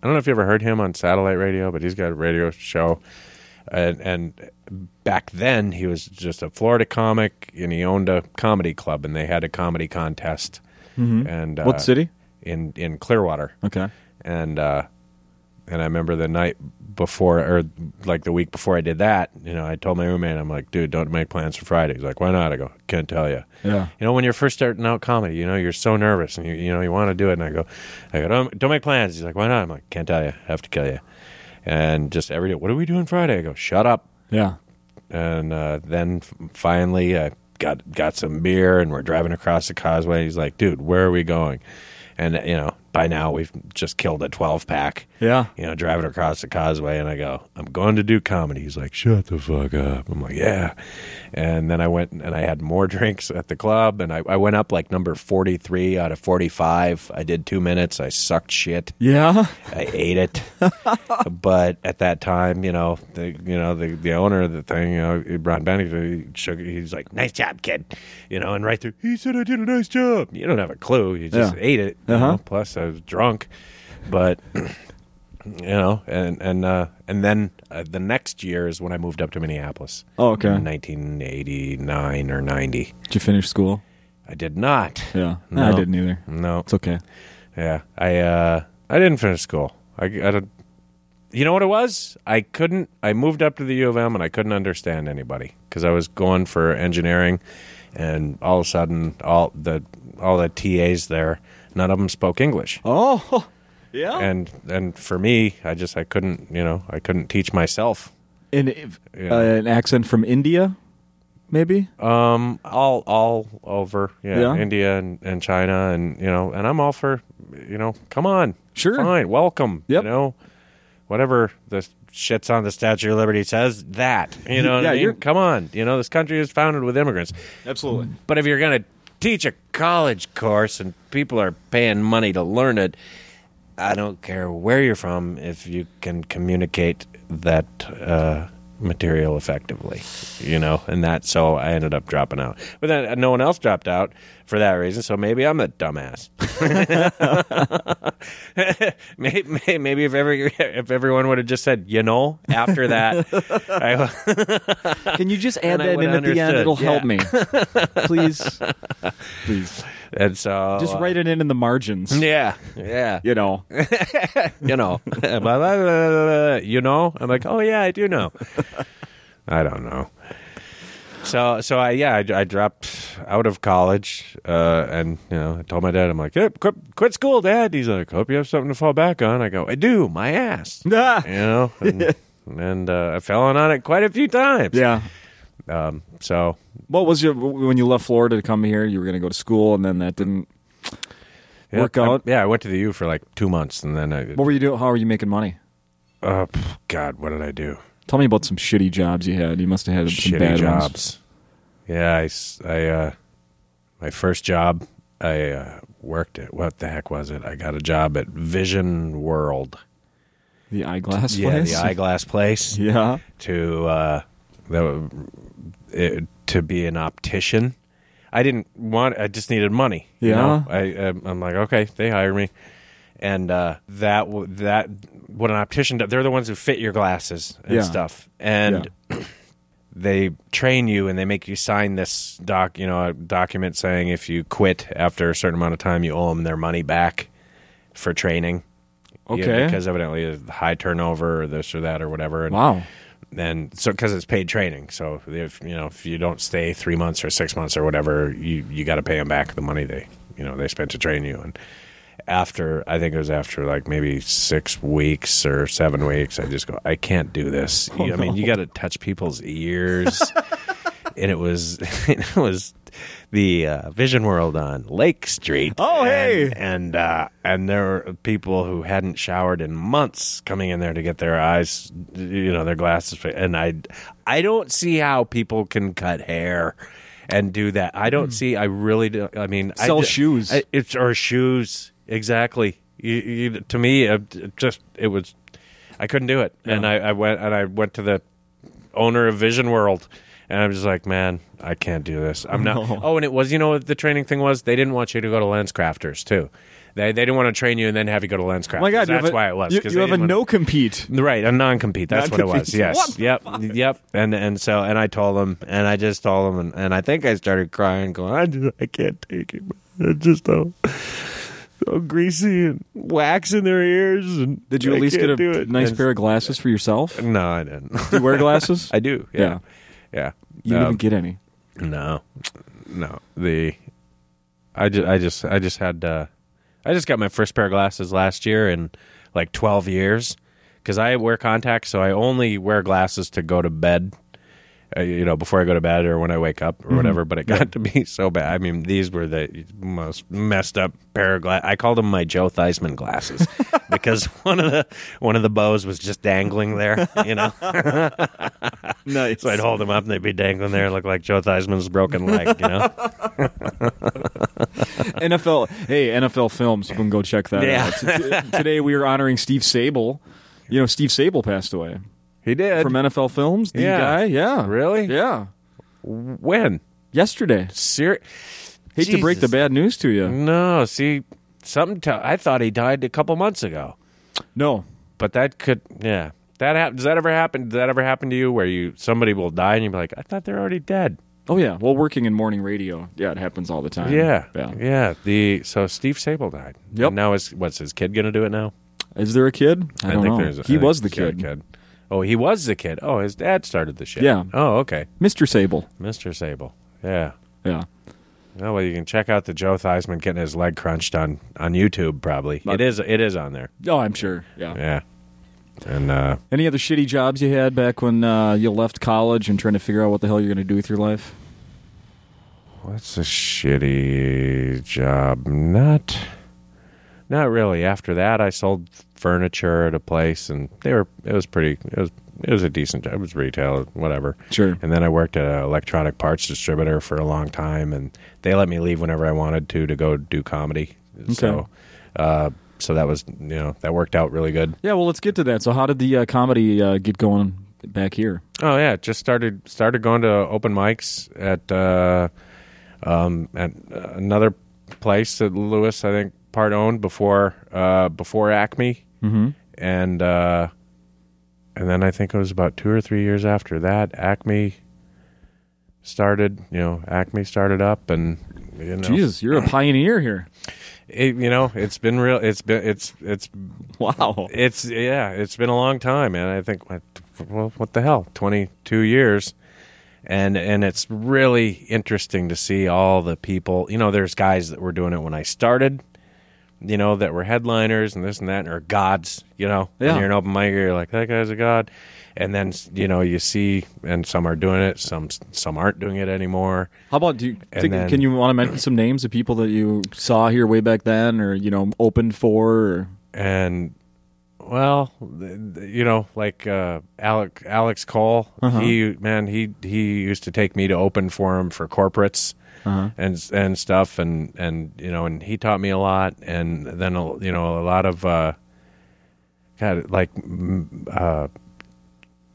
[SPEAKER 2] I don't know if you ever heard him on satellite radio, but he's got a radio show. And, and back then, he was just a Florida comic, and he owned a comedy club, and they had a comedy contest.
[SPEAKER 1] Hmm.
[SPEAKER 2] And uh,
[SPEAKER 1] Mm-hmm. what city?
[SPEAKER 2] In in Clearwater
[SPEAKER 1] Okay.
[SPEAKER 2] and uh, and I remember the night before or like the week before I did that, you know, I told my roommate, I'm like, dude, don't make plans for Friday. He's like, why not? I go, can't tell you.
[SPEAKER 1] Yeah.
[SPEAKER 2] You know, when you're first starting out comedy, you know, you're so nervous and you, you know, you want to do it. And I go, I go, don't, don't make plans. He's like, why not? I'm like, can't tell you. have to kill you. And just every day, what are we doing Friday? I go, shut up.
[SPEAKER 1] Yeah.
[SPEAKER 2] And uh, then f- finally, I got got some beer, and we're driving across the causeway. He's like, "Dude, where are we going?" And you know, by now we've just killed a twelve pack.
[SPEAKER 1] Yeah.
[SPEAKER 2] You know, driving across the causeway, and I go, "I'm going to do comedy." He's like, "Shut the fuck up." I'm like, "Yeah." And then I went and I had more drinks at the club, and I, I went up like number forty three out of forty five. I did two minutes. I sucked shit.
[SPEAKER 1] Yeah.
[SPEAKER 2] I ate it. but at that time, you know, the you know the, the owner of the thing, you know, Ron Bennington, he shook, he's like, "Nice job, kid," you know, and right through, he said, "I did a nice job." You don't have a clue. You just
[SPEAKER 1] Yeah.
[SPEAKER 2] ate it. you
[SPEAKER 1] Uh-huh.
[SPEAKER 2] know? Plus, I was drunk, but you know, and and uh, and then uh, the next year is when I moved up to Minneapolis.
[SPEAKER 1] Oh, okay.
[SPEAKER 2] in 1989 or 90.
[SPEAKER 1] Did you finish school?
[SPEAKER 2] I did not.
[SPEAKER 1] Yeah.
[SPEAKER 2] No.
[SPEAKER 1] I didn't either.
[SPEAKER 2] No.
[SPEAKER 1] It's okay.
[SPEAKER 2] Yeah, I uh, I didn't finish school. I, I don't. You know what it was? I couldn't. I moved up to the U of M and I couldn't understand anybody because I was going for engineering, and all of a sudden, all the all the TAs there, none of them spoke English.
[SPEAKER 1] Oh. Yeah. And,
[SPEAKER 2] And and for me, I just I couldn't. You know, I couldn't teach myself.
[SPEAKER 1] if,
[SPEAKER 2] Yeah.
[SPEAKER 1] uh, an accent from India, maybe?
[SPEAKER 2] Um, all all over, yeah,
[SPEAKER 1] Yeah.
[SPEAKER 2] India and, and China, and you know, and I'm all for, you know, come on,
[SPEAKER 1] Sure.
[SPEAKER 2] fine, welcome,
[SPEAKER 1] Yep.
[SPEAKER 2] you know, whatever the shits on the Statue of Liberty says that, you know, what
[SPEAKER 1] Yeah,
[SPEAKER 2] I mean?
[SPEAKER 1] you're-
[SPEAKER 2] come on, you know, this country is founded with immigrants,
[SPEAKER 1] Absolutely.
[SPEAKER 2] but if you're gonna teach a college course and people are paying money to learn it, I don't care where you're from if you can communicate that uh, material effectively, you know, and that. So I ended up dropping out, but then uh, no one else dropped out for that reason. So maybe I'm a dumbass. maybe, maybe if every if everyone would have just said you know after that, I,
[SPEAKER 1] Can you just add
[SPEAKER 2] And I
[SPEAKER 1] that in
[SPEAKER 2] would've
[SPEAKER 1] at the end?
[SPEAKER 2] understood.
[SPEAKER 1] It'll help
[SPEAKER 2] Yeah.
[SPEAKER 1] me. Please. Please.
[SPEAKER 2] and so
[SPEAKER 1] Just
[SPEAKER 2] uh,
[SPEAKER 1] write it in in the margins.
[SPEAKER 2] Yeah, yeah.
[SPEAKER 1] You know.
[SPEAKER 2] you know, blah, blah, blah, blah, blah, blah. you know. I'm like, oh yeah, I do know. I don't know. So so I yeah I, I dropped out of college uh, and you know I told my dad I'm like hey, quit, quit school dad he's like hope you have something to fall back on I go I do my ass you
[SPEAKER 1] Ah.
[SPEAKER 2] know and, and uh, I fell on it quite a few times
[SPEAKER 1] Yeah.
[SPEAKER 2] um, so
[SPEAKER 1] What was your when you left Florida to come here? You were going to go to school, and then that didn't
[SPEAKER 2] yeah,
[SPEAKER 1] work
[SPEAKER 2] I-
[SPEAKER 1] out.
[SPEAKER 2] yeah I went to the U for like two months and then I
[SPEAKER 1] What were you doing? How are you making money?
[SPEAKER 2] uh, pff, God what did I do
[SPEAKER 1] Tell me about some shitty jobs you had. You must have had some
[SPEAKER 2] shitty
[SPEAKER 1] bad
[SPEAKER 2] jobs.
[SPEAKER 1] ones.
[SPEAKER 2] Yeah, I, s- I, uh, my first job, I uh, worked at what the heck was it? I got a job at Vision World.
[SPEAKER 1] The eyeglass
[SPEAKER 2] Yeah,
[SPEAKER 1] place.
[SPEAKER 2] the eyeglass place
[SPEAKER 1] yeah.
[SPEAKER 2] to uh, the, it, to be an optician. I didn't want. I just needed money. you
[SPEAKER 1] Yeah.
[SPEAKER 2] know? I I'm- I'm like okay, they hire me, and uh, that w- that what an optician does. They're the ones who fit your glasses and
[SPEAKER 1] Yeah.
[SPEAKER 2] stuff, and they train you and they make you sign this doc, you know, a document saying if you quit after a certain amount of time, you owe them their money back for training. Yeah,
[SPEAKER 1] Okay.
[SPEAKER 2] because evidently there's high turnover or this or that or whatever. And
[SPEAKER 1] Wow.
[SPEAKER 2] and so because it's paid training so if you know if you don't stay three months or six months or whatever you you got to pay them back the money they you know they spent to train you and after i think it was after like maybe six weeks or seven weeks i just go i can't do this You- i mean you got to touch people's ears and it was it was the uh, vision world on lake street
[SPEAKER 1] Oh, hey!
[SPEAKER 2] and uh, and there were people who hadn't showered in months coming in there to get their eyes, you know, their glasses. fi- And I, I don't see how people can cut hair and do that. I don't see. I really do. I mean, I
[SPEAKER 1] Hmm. Sell
[SPEAKER 2] ju-
[SPEAKER 1] shoes.
[SPEAKER 2] I, it's or shoes exactly. You, you, to me, uh, it just it was. I couldn't do it, and I, I went and I went to the owner of Vision World. And I'm just like, man, I can't do this. I'm not.
[SPEAKER 1] No.
[SPEAKER 2] Oh, and it was, you know, what the training thing was they didn't want you to go to lens crafters too. They they didn't want to train you and then have you go to lens crafters.
[SPEAKER 1] Oh my God. you have
[SPEAKER 2] that's
[SPEAKER 1] a-
[SPEAKER 2] why it was.
[SPEAKER 1] You,
[SPEAKER 2] 'cause
[SPEAKER 1] you
[SPEAKER 2] they
[SPEAKER 1] have a
[SPEAKER 2] didn't wanna-
[SPEAKER 1] no compete.
[SPEAKER 2] Right, a non-compete. That's what it was.
[SPEAKER 1] Non-compete.
[SPEAKER 2] Yes.
[SPEAKER 1] What the
[SPEAKER 2] yep. Yep. And and so and I told him, and I just told him, and, and I think I started crying, going, I, just, I can't take it. man. I just don't. so greasy and wax in their ears. And
[SPEAKER 1] Did you
[SPEAKER 2] I
[SPEAKER 1] at least get
[SPEAKER 2] can't
[SPEAKER 1] a
[SPEAKER 2] do it.
[SPEAKER 1] nice
[SPEAKER 2] And-
[SPEAKER 1] pair of glasses for yourself? Do
[SPEAKER 2] No, I didn't.
[SPEAKER 1] you wear glasses?
[SPEAKER 2] I do. Yeah. Yeah.
[SPEAKER 1] You didn't
[SPEAKER 2] Um,
[SPEAKER 1] get any.
[SPEAKER 2] No, no. The I just I just I just had uh, I just got my first pair of glasses last year in like twelve years because I wear contacts, so I only wear glasses to go to bed. Uh, you know, before I go to bed or when I wake up or whatever. But it got to be so bad. I mean, these were the most messed up pair of glasses. I called them my Joe Theismann glasses because one of the one of the bows was just dangling there. You know.
[SPEAKER 1] Nice.
[SPEAKER 2] So I'd hold them up and they'd be dangling there, look like Joe Theismann's broken leg, you know?
[SPEAKER 1] NFL. Hey, NFL films. You can go check that
[SPEAKER 2] Yeah.
[SPEAKER 1] out. T- Today we are honoring Steve Sable. You know, Steve Sable passed away
[SPEAKER 2] he did.
[SPEAKER 1] from NFL Films. The
[SPEAKER 2] Yeah.
[SPEAKER 1] guy. Yeah.
[SPEAKER 2] Really?
[SPEAKER 1] Yeah.
[SPEAKER 2] when?
[SPEAKER 1] Yesterday.
[SPEAKER 2] Ser-
[SPEAKER 1] Hate to break the
[SPEAKER 2] Jesus. Mm-hmm.
[SPEAKER 1] bad news to you.
[SPEAKER 2] No, see, something. T- I thought he died a couple months ago,
[SPEAKER 1] No.
[SPEAKER 2] but that could, yeah. That hap- does that ever happen? Does that ever happen to you where you somebody will die and you're like, I thought they're already dead?
[SPEAKER 1] Oh yeah. Well, working in morning radio. Yeah, it happens all the time.
[SPEAKER 2] Yeah,
[SPEAKER 1] Yeah.
[SPEAKER 2] The so Steve Sable died.
[SPEAKER 1] Yep.
[SPEAKER 2] And now is what's his kid gonna do it now?
[SPEAKER 1] Is there a kid? I, don't know.
[SPEAKER 2] I
[SPEAKER 1] he
[SPEAKER 2] think
[SPEAKER 1] was the
[SPEAKER 2] he's got a
[SPEAKER 1] kid.
[SPEAKER 2] Oh, he was the kid. Oh, his dad started the shit.
[SPEAKER 1] Yeah.
[SPEAKER 2] Oh, okay,
[SPEAKER 1] Mr. Sable.
[SPEAKER 2] Mr. Sable. Yeah.
[SPEAKER 1] Yeah.
[SPEAKER 2] Oh well, you can check out the Joe Theismann getting his leg crunched on on YouTube. Probably
[SPEAKER 1] But-
[SPEAKER 2] it is it is on there.
[SPEAKER 1] Oh, I'm sure. Yeah.
[SPEAKER 2] Yeah, and uh,
[SPEAKER 1] Any other shitty jobs you had back when uh, you left college and trying to figure out what the hell you're going to do with your life?
[SPEAKER 2] what's a shitty job? Not not really. After that, I sold furniture at a place, and they were it was pretty it was it was a decent job. It was retail, whatever.
[SPEAKER 1] Sure.
[SPEAKER 2] And then I worked at an electronic parts distributor for a long time, and they let me leave whenever I wanted to to go do comedy. So, uh, so that was you know that worked out really good.
[SPEAKER 1] Yeah, well, let's get to that. So, how did the uh, comedy uh, get going back here?
[SPEAKER 2] Oh yeah, just started started going to open mics at uh, um, at uh, another place that Lewis I think part owned before uh, before Acme, mm-hmm. and uh, and then I think it was about two or three years after that Acme started. You know, Acme started up, and you know,
[SPEAKER 1] Jesus, you're a pioneer here.
[SPEAKER 2] it, you know, it's been real. It's been it's it's
[SPEAKER 1] Wow.
[SPEAKER 2] it's yeah, it's been a long time, and I think what- well, what the hell, twenty two years, and and it's really interesting to see all the people. You know, there's guys that were doing it when I started, you know, that were headliners and this and that, and are gods. You know,
[SPEAKER 1] Yeah.
[SPEAKER 2] when you're an open mic, you're like that guy's a god, and then you know you see, and some are doing it, some some aren't doing it anymore.
[SPEAKER 1] How about do you
[SPEAKER 2] And
[SPEAKER 1] think,
[SPEAKER 2] then-
[SPEAKER 1] can you want to mention some names of people that you saw here way back then, or you know, opened for? Or,
[SPEAKER 2] and well, th- th- you know, like uh, Alec Alex Cole,
[SPEAKER 1] Uh-huh.
[SPEAKER 2] he man, he he used to take me to open for him for corporates
[SPEAKER 1] Uh-huh.
[SPEAKER 2] and s- and stuff, and and you know, and he taught me a lot, and then a- you know, a lot of uh, God, like m- uh,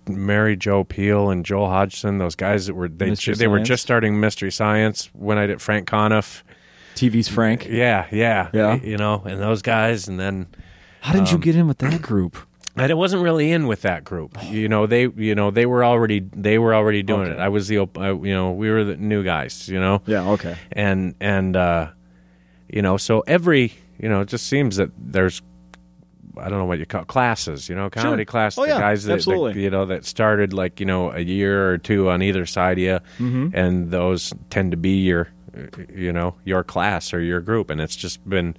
[SPEAKER 2] Mary Jo Peel and Joel Hodgson, those guys that were they
[SPEAKER 1] Mystery
[SPEAKER 2] they were
[SPEAKER 1] Science?
[SPEAKER 2] just starting Mystery Science when I did Frank Conniff.
[SPEAKER 1] TV's Frank.
[SPEAKER 2] Yeah, yeah,
[SPEAKER 1] Yeah.
[SPEAKER 2] You know, and those guys, and then
[SPEAKER 1] How did you
[SPEAKER 2] Um,
[SPEAKER 1] get in with that group?
[SPEAKER 2] and I wasn't really in with that group. You know, they you know they were already they were already doing
[SPEAKER 1] Okay.
[SPEAKER 2] it. I was the op- I, you know we were the new guys. You know,
[SPEAKER 1] Yeah. Okay.
[SPEAKER 2] and and uh, you know so every you know it just seems that there's I don't know what you call classes. You know, comedy class.
[SPEAKER 1] Oh,
[SPEAKER 2] the
[SPEAKER 1] yeah,
[SPEAKER 2] guys that, that
[SPEAKER 1] absolutely.
[SPEAKER 2] you know that started like you know a year or two on either side of you,
[SPEAKER 1] Mm-hmm.
[SPEAKER 2] and those tend to be your you know your class or your group, and it's just been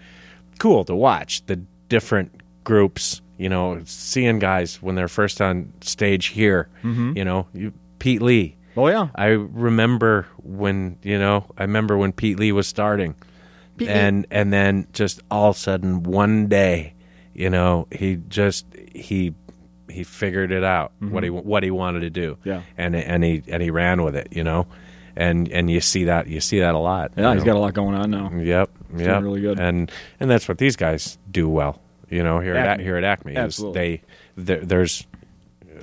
[SPEAKER 2] cool to watch the different groups. You know, seeing guys when they're first on stage here.
[SPEAKER 1] Mm-hmm.
[SPEAKER 2] You know, you, Pete Lee.
[SPEAKER 1] Oh yeah.
[SPEAKER 2] I remember when you know I remember when Pete Lee was starting, and and then just all of a sudden one day, you know he just he he figured it out what he what he wanted to do,
[SPEAKER 1] Mm-hmm. Yeah.
[SPEAKER 2] and and he and he ran with it, you know, and and you see that you see that a lot,
[SPEAKER 1] Yeah,
[SPEAKER 2] you
[SPEAKER 1] he's
[SPEAKER 2] know?
[SPEAKER 1] got a lot going on now.
[SPEAKER 2] yep yep
[SPEAKER 1] really good.
[SPEAKER 2] and and that's what these guys do well, you know here at
[SPEAKER 1] Acme.
[SPEAKER 2] here at Acme is
[SPEAKER 1] Absolutely.
[SPEAKER 2] they there, there's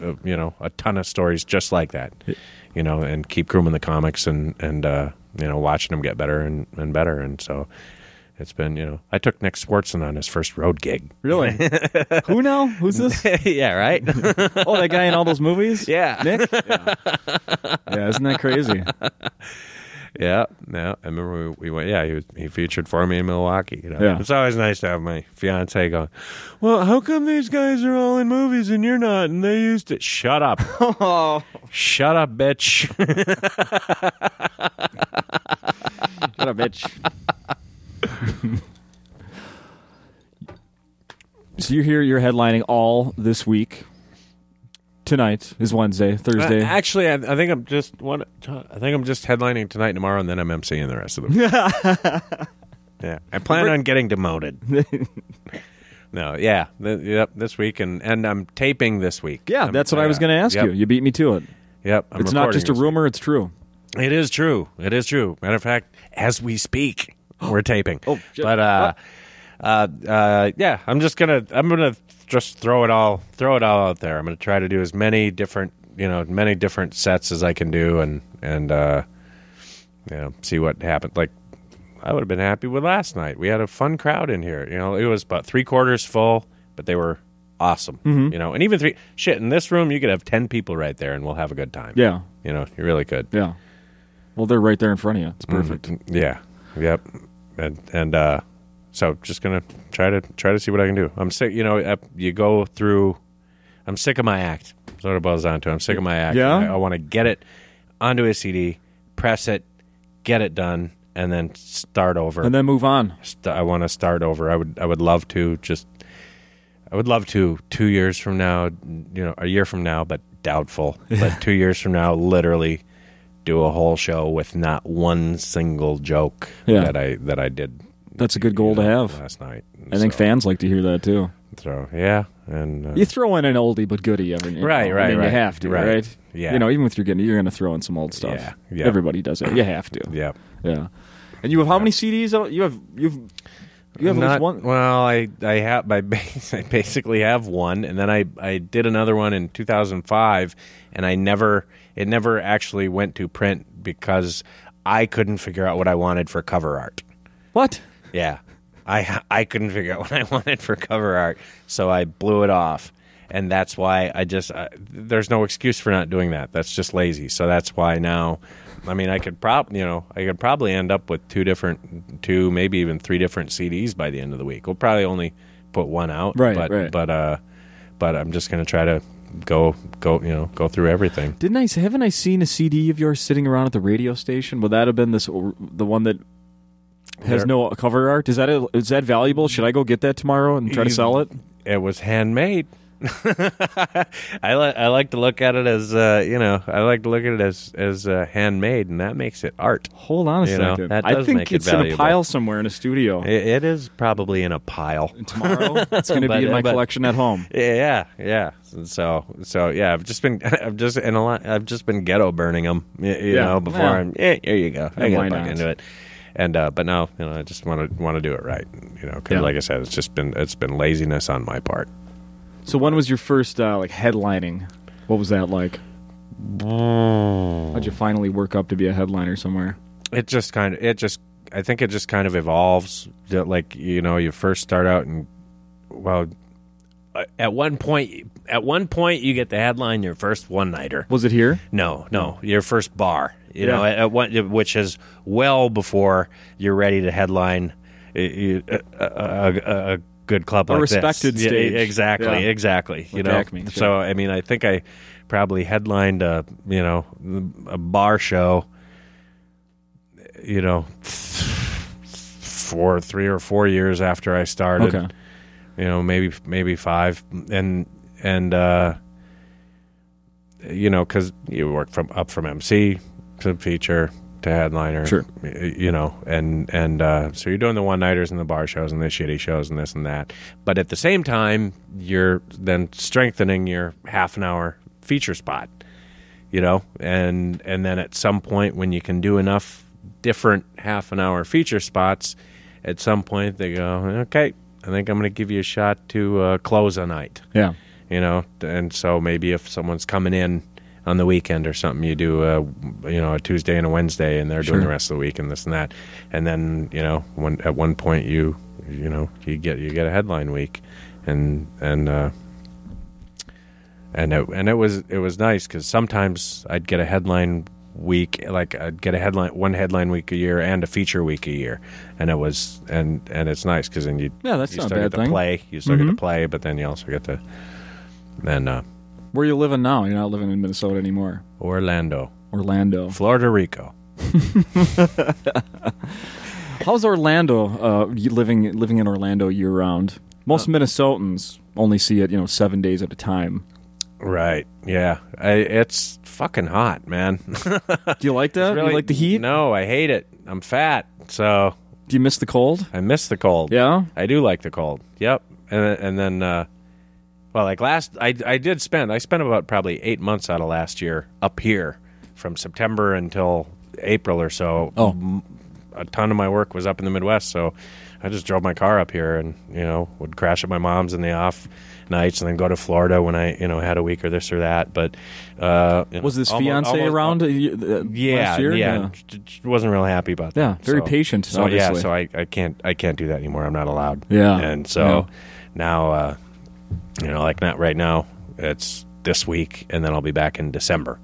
[SPEAKER 2] uh, you know a ton of stories just like that you know and keep grooming the comics and and uh you know watching them get better and and better and so it's been you know i took nick swartzen on his first road gig
[SPEAKER 1] Really? Who now? Who's this?
[SPEAKER 2] yeah right
[SPEAKER 1] Oh, that guy in all those movies?
[SPEAKER 2] yeah
[SPEAKER 1] Nick? Yeah. yeah, isn't that crazy?
[SPEAKER 2] Yeah, yeah. I remember we, we went. Yeah, he was, he featured for me in Milwaukee. You know,
[SPEAKER 1] Yeah.
[SPEAKER 2] it's always nice to have my fiance going. Well, how come these guys are all in movies and you're not? And they used to shut up,
[SPEAKER 1] Oh,
[SPEAKER 2] shut up, bitch.
[SPEAKER 1] what a bitch. so you're here, you're headlining all this week. Tonight is Wednesday, Thursday.
[SPEAKER 2] Uh, actually, I, I think I'm just one. I think I'm just headlining tonight, tomorrow, and then I'm emceeing the rest of them. yeah, I plan on getting demoted. no, yeah, th- yep, this week, and and I'm taping this week.
[SPEAKER 1] yeah,
[SPEAKER 2] I'm-
[SPEAKER 1] that's what I was going to ask
[SPEAKER 2] yep,
[SPEAKER 1] you. You beat me to it.
[SPEAKER 2] Yep, I'm
[SPEAKER 1] it's not
[SPEAKER 2] recording
[SPEAKER 1] just a
[SPEAKER 2] this.
[SPEAKER 1] rumor, it's true.
[SPEAKER 2] It is true. It is true. Matter of fact, as we speak, we're taping.
[SPEAKER 1] Oh, shit.
[SPEAKER 2] but uh, uh, uh, yeah, I'm just gonna I'm gonna just throw it all throw it all out there. I'm gonna try to do as many different you know many different sets as I can do, and and uh, you know see what happens. Like I would have been happy with last night. We had a fun crowd in here. You know, it was about three quarters full, but they were awesome.
[SPEAKER 1] Mm-hmm.
[SPEAKER 2] You know, and even three shit in this room, you could have ten people right there, and we'll have a good time.
[SPEAKER 1] Yeah,
[SPEAKER 2] You know, you really could.
[SPEAKER 1] yeah. Well, they're right there in front of you. It's
[SPEAKER 2] Mm.
[SPEAKER 1] perfect.
[SPEAKER 2] Yeah. Yep. And and uh, so just gonna try to try to see what I can do. I'm sick. You know, uh, you go through. I'm sick of my act. That's what it boils down to. I'm sick of my act.
[SPEAKER 1] Yeah?
[SPEAKER 2] I, I want to get it onto a CD, press it, get it done, and then start over.
[SPEAKER 1] And then move on.
[SPEAKER 2] St- I want to start over. I would I would love to just. I would love to two years from now, you know, a year from now, but doubtful. But two years from now, literally do a whole show with not one single joke
[SPEAKER 1] Yeah.
[SPEAKER 2] that I that I did
[SPEAKER 1] That's a good goal to have.
[SPEAKER 2] last night. And
[SPEAKER 1] I think
[SPEAKER 2] so,
[SPEAKER 1] fans like to hear that too.
[SPEAKER 2] so, yeah, and uh,
[SPEAKER 1] You throw in an oldie but goodie every you
[SPEAKER 2] Right,
[SPEAKER 1] know, I
[SPEAKER 2] right,
[SPEAKER 1] mean, You
[SPEAKER 2] right.
[SPEAKER 1] have to,
[SPEAKER 2] Right.
[SPEAKER 1] right?
[SPEAKER 2] Yeah.
[SPEAKER 1] You know, even with your getting, you're going to throw in some old stuff.
[SPEAKER 2] Yeah, yeah.
[SPEAKER 1] Everybody does it. You have to.
[SPEAKER 2] yeah.
[SPEAKER 1] Yeah. And you have how many CDs? out? You have you've you have at least
[SPEAKER 2] Not-
[SPEAKER 1] one.
[SPEAKER 2] Well, I I have I bas- I basically have one, and then I I did another one in 2005, and I never it never actually went to print because I couldn't figure out what I wanted for cover art.
[SPEAKER 1] What?
[SPEAKER 2] Yeah, I I couldn't figure out what I wanted for cover art, so I blew it off, and that's why I just I, there's no excuse for not doing that. That's just lazy. So that's why now, I mean, I could prob you know I could probably end up with two different, two maybe even three different CDs by the end of the week. We'll probably only put one out,
[SPEAKER 1] Right,
[SPEAKER 2] But
[SPEAKER 1] right.
[SPEAKER 2] but uh, but I'm just gonna try to go go you know go through everything.
[SPEAKER 1] Didn't I haven't I seen a CD of yours sitting around at the radio station? Would that have been this the one that has
[SPEAKER 2] There-
[SPEAKER 1] no cover art? Is that a, is that valuable? Should I go get that tomorrow and try to
[SPEAKER 2] You-
[SPEAKER 1] sell it?
[SPEAKER 2] it was handmade. I li- I like to look at it as uh, you know I like to look at it as as uh, handmade, and that makes it art.
[SPEAKER 1] Hold on a
[SPEAKER 2] You know,
[SPEAKER 1] second.
[SPEAKER 2] that
[SPEAKER 1] I
[SPEAKER 2] does
[SPEAKER 1] think
[SPEAKER 2] make it
[SPEAKER 1] it's in a
[SPEAKER 2] valuable.
[SPEAKER 1] pile somewhere in a studio.
[SPEAKER 2] It, it is probably in a pile.
[SPEAKER 1] Tomorrow it's going to
[SPEAKER 2] But- uh,
[SPEAKER 1] be in my
[SPEAKER 2] but-
[SPEAKER 1] collection at home.
[SPEAKER 2] Yeah, yeah. So so yeah, I've just been I've just in a lot. I've just been ghetto burning them. You,
[SPEAKER 1] Yeah.
[SPEAKER 2] know before
[SPEAKER 1] Well.
[SPEAKER 2] I'm yeah, here you go. I
[SPEAKER 1] Yeah,
[SPEAKER 2] got
[SPEAKER 1] why
[SPEAKER 2] back
[SPEAKER 1] not?
[SPEAKER 2] into it. And uh, but now you know I just want to want to do it right. You know, 'cause
[SPEAKER 1] Yeah.
[SPEAKER 2] like I said, it's just been it's been laziness on my part.
[SPEAKER 1] So when was your first uh, like headlining? What was that like? How'd you finally work up to be a headliner somewhere?
[SPEAKER 2] it just kind of it just i think it just kind of evolves that like you know you first start out and well uh, at one point at one point you get the headline your first one nighter
[SPEAKER 1] Was it here?
[SPEAKER 2] no no your first bar you know
[SPEAKER 1] Yeah.
[SPEAKER 2] at, at one, which is well before you're ready to headline a, a, a- a- a good club
[SPEAKER 1] A
[SPEAKER 2] like this.
[SPEAKER 1] respected
[SPEAKER 2] Yeah,
[SPEAKER 1] stage.
[SPEAKER 2] exactly
[SPEAKER 1] Yeah.
[SPEAKER 2] exactly you
[SPEAKER 1] Like
[SPEAKER 2] know
[SPEAKER 1] Acme, sure.
[SPEAKER 2] so i mean i think i probably headlined a you know a bar show you know four three or four years after i started
[SPEAKER 1] Okay.
[SPEAKER 2] you know maybe maybe five and and uh you know because you work from up from mc to feature to headliner
[SPEAKER 1] Sure.
[SPEAKER 2] y- you know and and uh so you're doing the one nighters and the bar shows and the shitty shows and this and that but at the same time you're then strengthening your half an hour feature spot you know and and then at some point when you can do enough different half an hour feature spots at some point they go okay i think i'm going to give you a shot to uh, close a night
[SPEAKER 1] Yeah.
[SPEAKER 2] you know and so maybe if someone's coming in on the weekend or something you do a you know a tuesday and a wednesday and they're doing the
[SPEAKER 1] Sure.
[SPEAKER 2] rest of the week and this and that and then you know one at one point you you know you get you get a headline week and and uh and it, and it was it was nice because sometimes I'd get a headline week, like I'd get a headline, one headline week a year, and a feature week a year, and it was and and it's nice because then you
[SPEAKER 1] Yeah, that's
[SPEAKER 2] you
[SPEAKER 1] not a
[SPEAKER 2] still
[SPEAKER 1] bad
[SPEAKER 2] get to
[SPEAKER 1] thing. Mm-hmm.
[SPEAKER 2] play, you still get to play, but then you also get to then uh,
[SPEAKER 1] Where you living now? You're not living in Minnesota anymore.
[SPEAKER 2] Orlando,
[SPEAKER 1] Orlando.
[SPEAKER 2] Florida Rico.
[SPEAKER 1] How's Orlando? Uh, you living living in Orlando year round. Most
[SPEAKER 2] Uh,
[SPEAKER 1] Minnesotans only see it, you know, seven days at a time.
[SPEAKER 2] Right. Yeah. I, it's fucking hot, man.
[SPEAKER 1] Do you like that?
[SPEAKER 2] Really-
[SPEAKER 1] you like the heat?
[SPEAKER 2] No, I hate it. I'm fat, so
[SPEAKER 1] Do you miss the cold?
[SPEAKER 2] I miss the cold.
[SPEAKER 1] Yeah.
[SPEAKER 2] I do like the cold. Yep. And and then uh well, like last I I did spend I spent about probably 8 months out of last year up here from September until April or so.
[SPEAKER 1] Oh.
[SPEAKER 2] M- A ton of my work was up in the Midwest, so I just drove my car up here and, you know, would crash at my mom's in the off nights and then go to Florida when I, you know, had a week or this or that, but uh you know,
[SPEAKER 1] Was this
[SPEAKER 2] almo-
[SPEAKER 1] fiance
[SPEAKER 2] almost-
[SPEAKER 1] around? uh, y- uh,
[SPEAKER 2] yeah,
[SPEAKER 1] last year?
[SPEAKER 2] yeah,
[SPEAKER 1] yeah.
[SPEAKER 2] J- j- wasn't really happy about that.
[SPEAKER 1] Yeah, very
[SPEAKER 2] so-
[SPEAKER 1] patient.
[SPEAKER 2] So
[SPEAKER 1] obviously.
[SPEAKER 2] yeah, so I, I can't I can't do that anymore. I'm not allowed.
[SPEAKER 1] Yeah.
[SPEAKER 2] and so now, uh, you know, like not right now. It's this week, and then I'll be back in December,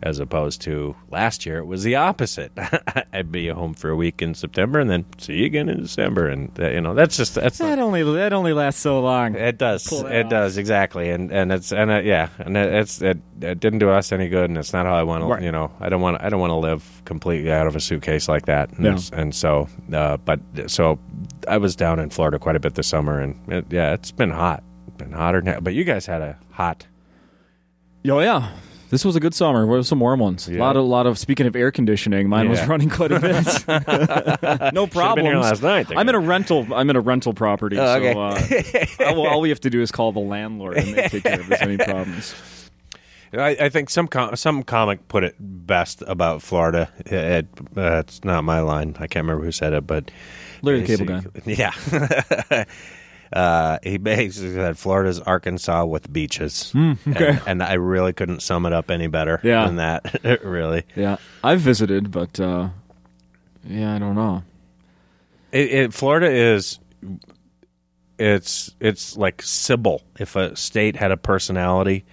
[SPEAKER 2] as opposed to last year. It was the opposite. I'd be home for a week in September, and then see you again in December, and uh, you know that's just that's not-
[SPEAKER 1] only that only lasts so long.
[SPEAKER 2] it does.
[SPEAKER 1] Pull that
[SPEAKER 2] It
[SPEAKER 1] off.
[SPEAKER 2] does exactly, and and it's and uh, yeah, and it, it's it, it didn't do us any good, and it's not how I want
[SPEAKER 1] Right.
[SPEAKER 2] to. You know, I don't want I don't want to live completely out of a suitcase like that. And,
[SPEAKER 1] No.
[SPEAKER 2] s- and so, uh, but so I was down in Florida quite a bit this summer, and it, yeah, it's been hot, been hotter now. But you guys had a hot,
[SPEAKER 1] Oh yeah. This was a good summer. There were some warm ones. A
[SPEAKER 2] Yeah.
[SPEAKER 1] lot of lot of speaking of air conditioning, mine was
[SPEAKER 2] Yeah.
[SPEAKER 1] running quite a bit. no
[SPEAKER 2] been here
[SPEAKER 1] problems.
[SPEAKER 2] last night, I
[SPEAKER 1] I'm in a rental. I'm in a rental property.
[SPEAKER 2] Oh, okay.
[SPEAKER 1] So uh, all, all we have to do is call the landlord and they take care of us any problems.
[SPEAKER 2] I, I think some com- some comic put it best about Florida. It, it, uh, it's not my line. I can't remember who said it, but
[SPEAKER 1] Larry the Cable Guy.
[SPEAKER 2] basically- Yeah. uh, he basically said Florida's Arkansas with beaches. and, and I really couldn't sum it up any better
[SPEAKER 1] Hmm, Yeah.
[SPEAKER 2] than that, really.
[SPEAKER 1] Yeah, I've visited, but uh, yeah, I don't know.
[SPEAKER 2] It, it, Florida is. It's it's like Sybil. If a state had a personality,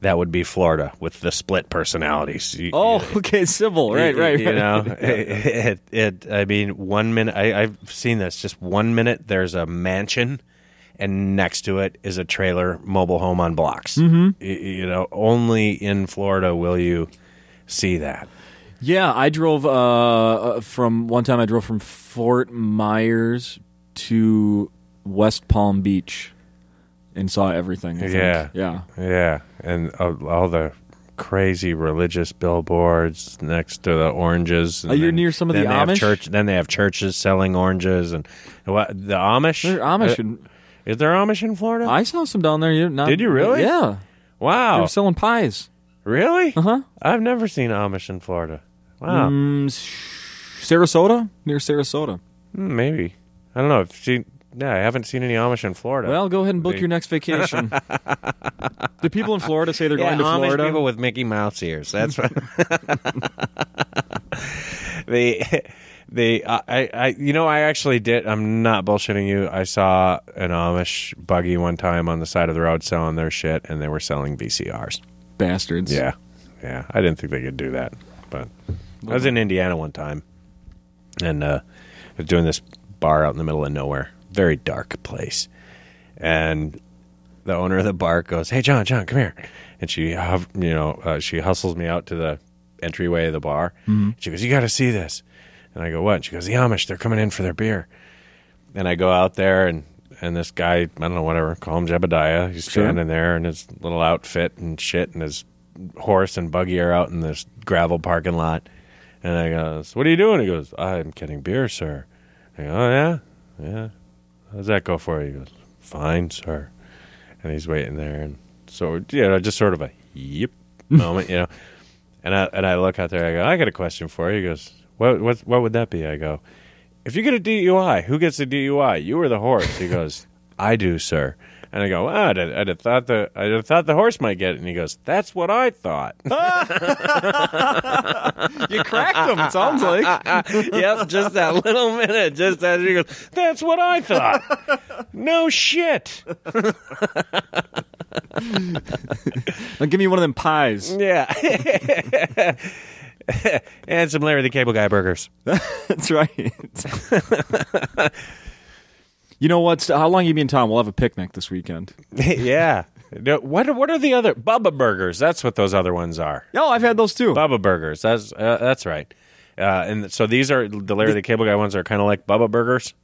[SPEAKER 2] that would be Florida with the split personalities. You-
[SPEAKER 1] Oh, okay, Sybil. Right, right.
[SPEAKER 2] You know, it, it, I mean, one minute, I, I've seen this, just one minute there's a mansion and next to it is a trailer mobile home on blocks. Mm-hmm. You, know, only in Florida will you see that.
[SPEAKER 1] Yeah, I drove uh, uh, from one time. I drove from Fort Myers to West Palm Beach and saw everything. I think.
[SPEAKER 2] Yeah.
[SPEAKER 1] yeah.
[SPEAKER 2] Yeah. And all, all the crazy religious billboards next to the oranges. And
[SPEAKER 1] Are you
[SPEAKER 2] then-
[SPEAKER 1] near some of the
[SPEAKER 2] then they have
[SPEAKER 1] Amish?
[SPEAKER 2] Church, then they have churches selling oranges and what, the Amish?
[SPEAKER 1] They're Amish.
[SPEAKER 2] Uh,
[SPEAKER 1] and
[SPEAKER 2] is there Amish in Florida?
[SPEAKER 1] I saw some down there. You're not,
[SPEAKER 2] Did you really? Oh.
[SPEAKER 1] Yeah, they
[SPEAKER 2] wow.
[SPEAKER 1] were selling pies.
[SPEAKER 2] Really?
[SPEAKER 1] Uh huh.
[SPEAKER 2] I've never seen Amish in Florida. Wow.
[SPEAKER 1] Mm, Sarasota, near Sarasota.
[SPEAKER 2] Hmm, Maybe. I don't know. I've seen, yeah, I haven't seen any Amish in Florida.
[SPEAKER 1] Well, go ahead and book
[SPEAKER 2] They-
[SPEAKER 1] your next vacation. Do people in Florida say they're
[SPEAKER 2] yeah,
[SPEAKER 1] going to
[SPEAKER 2] Amish
[SPEAKER 1] Florida?
[SPEAKER 2] people with Mickey Mouse ears. That's right. the the I, I I- you know I actually did. I'm not bullshitting you. I saw an Amish buggy one time on the side of the road selling their shit, and they were selling VCRs.
[SPEAKER 1] Bastards.
[SPEAKER 2] Yeah, yeah. I didn't think they could do that, but I was in Indiana one time, and uh, I was doing this bar out in the middle of nowhere, very dark place, and the owner of the bar goes, "Hey, John, John, come here," and she, hov- you know, uh, she hustles me out to the entryway of the bar. She goes, "You got to see this," and I go, "What?" And she goes, "The Amish, they're coming in for their beer," and I go out there and. And this guy, I don't know, whatever, call him Jebediah. He's
[SPEAKER 1] Sure.
[SPEAKER 2] standing there in his little outfit and shit, and his horse and buggy are out in this gravel parking lot. And I goes, "What are you doing?" He goes, "I'm getting beer, sir." I go, "Oh yeah, yeah. How does that go for you?" He goes, "Fine, sir." And he's waiting there, and so you know, just sort of a yep moment, you know. And I and I look out there. I go, "I got a question for you." He goes, "What what what would that be?" I go, "If you get a DUI, who gets the DUI? You or the horse?" He goes, "I do, sir." And I go, "Wow, I'd, I'd have thought the I'd have thought the horse might get it." And he goes, "That's what I thought."
[SPEAKER 1] You cracked them, it sounds like.
[SPEAKER 2] yep, just that little minute, just as he goes, that's what I thought. No shit.
[SPEAKER 1] Now give me one of them pies.
[SPEAKER 2] Yeah. and some Larry the Cable Guy burgers.
[SPEAKER 1] That's right. you know what? How long you be in town? We'll have a picnic this weekend.
[SPEAKER 2] yeah. No, What what are the other Bubba burgers? That's what those other ones are.
[SPEAKER 1] No, I've had those too.
[SPEAKER 2] Bubba burgers. That's uh, that's right. Uh, and so these are the Larry the Cable Guy ones are kind of like Bubba burgers.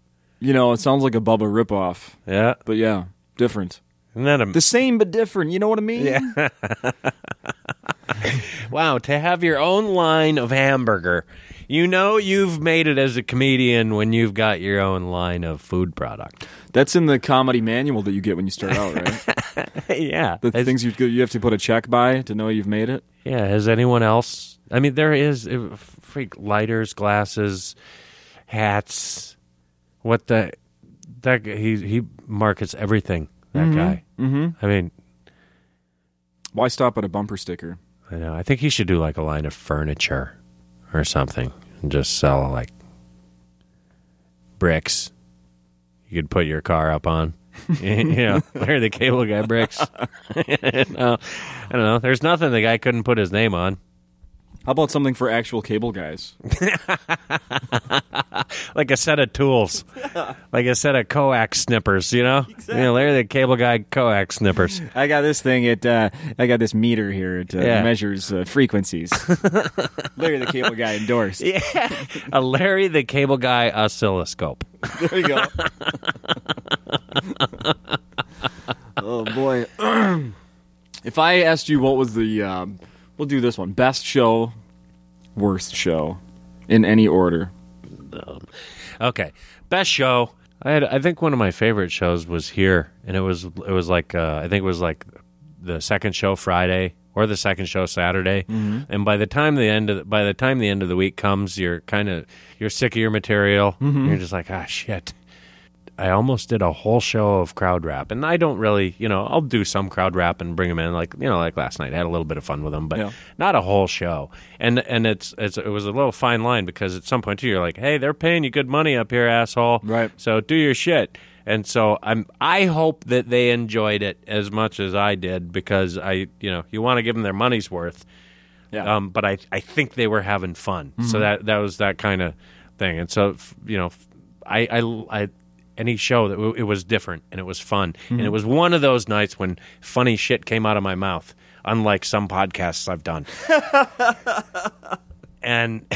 [SPEAKER 1] You know, it sounds like a Bubba ripoff,
[SPEAKER 2] Yeah.
[SPEAKER 1] but yeah, different.
[SPEAKER 2] Isn't that a
[SPEAKER 1] The same but different. You know what I mean? Yeah.
[SPEAKER 2] Wow, to have your own line of hamburger. You know you've made it as a comedian when you've got your own line of food product.
[SPEAKER 1] That's in the comedy manual that you get when you start out, right?
[SPEAKER 2] yeah.
[SPEAKER 1] The
[SPEAKER 2] Has-
[SPEAKER 1] things you you have to put a check by to know you've made it.
[SPEAKER 2] yeah, has anyone else? I mean there is uh, freak lighters, glasses, hats. What the that guy- he he markets everything. That guy. Mm-hmm. I mean,
[SPEAKER 1] Why stop at a bumper sticker?
[SPEAKER 2] I know. I think he should do like a line of furniture or something and just sell like bricks. You could put your car up on. you know, they're the cable guy bricks. no, I don't know. There's nothing the guy couldn't put his name on.
[SPEAKER 1] How about something for actual cable guys?
[SPEAKER 2] Like a set of tools, like a set of coax snippers, you know? You know, Larry the cable guy coax snippers.
[SPEAKER 1] I got this thing. It uh, I got this meter here. It uh,
[SPEAKER 2] Yeah.
[SPEAKER 1] measures uh, frequencies. Larry the Cable Guy endorsed.
[SPEAKER 2] a Larry the cable guy oscilloscope.
[SPEAKER 1] There you go. oh boy. if I asked you what was the, um, we'll do this one: best show, worst show, in any order.
[SPEAKER 2] Okay, best show. I had, I think one of my favorite shows was here, and it was it was like uh, I think it was like the second show Friday or the second show Saturday. And by the time the end of the, by the time the end of the week comes, you're kind of you're sick of your material. You're just like ah shit. I almost did a whole show of crowd rap, and I don't really, you know, I'll do some crowd rap and bring them in, like you know, like last night. I had a little bit of fun with them, but
[SPEAKER 1] Yeah.
[SPEAKER 2] not a whole show. And and it's, it's it was a little fine line because at some point too, you're like, hey, they're paying you good money up here, asshole.
[SPEAKER 1] Right.
[SPEAKER 2] So do your shit. And so I'm. I hope that they enjoyed it as much as I did because I, you know, you want to give them their money's worth.
[SPEAKER 1] Yeah. Mm-hmm.
[SPEAKER 2] Um, but I, I think they were having fun. So that that was that kind of thing. And so f- you know, f- I I, I- any show that w- it was different and it was fun and
[SPEAKER 1] Mm-hmm.
[SPEAKER 2] it was one of those nights when funny shit came out of my mouth, unlike some podcasts I've done. and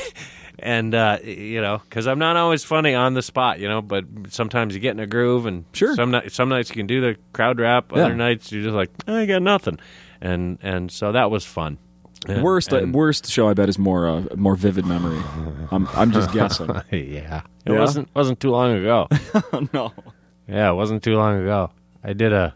[SPEAKER 2] and uh, you know, because I'm not always funny on the spot, you know, but sometimes you get in a groove and
[SPEAKER 1] Sure.
[SPEAKER 2] Some nights, some nights you can do the crowd rap,
[SPEAKER 1] Yeah.
[SPEAKER 2] other nights you're just like, I got nothing, and and so that was fun. And-
[SPEAKER 1] worst uh,
[SPEAKER 2] and-
[SPEAKER 1] worst show I bet is more uh, more vivid memory. I'm I'm just guessing.
[SPEAKER 2] yeah, it
[SPEAKER 1] Yeah?
[SPEAKER 2] wasn't wasn't too long ago.
[SPEAKER 1] no.
[SPEAKER 2] yeah, it wasn't too long ago. I did a.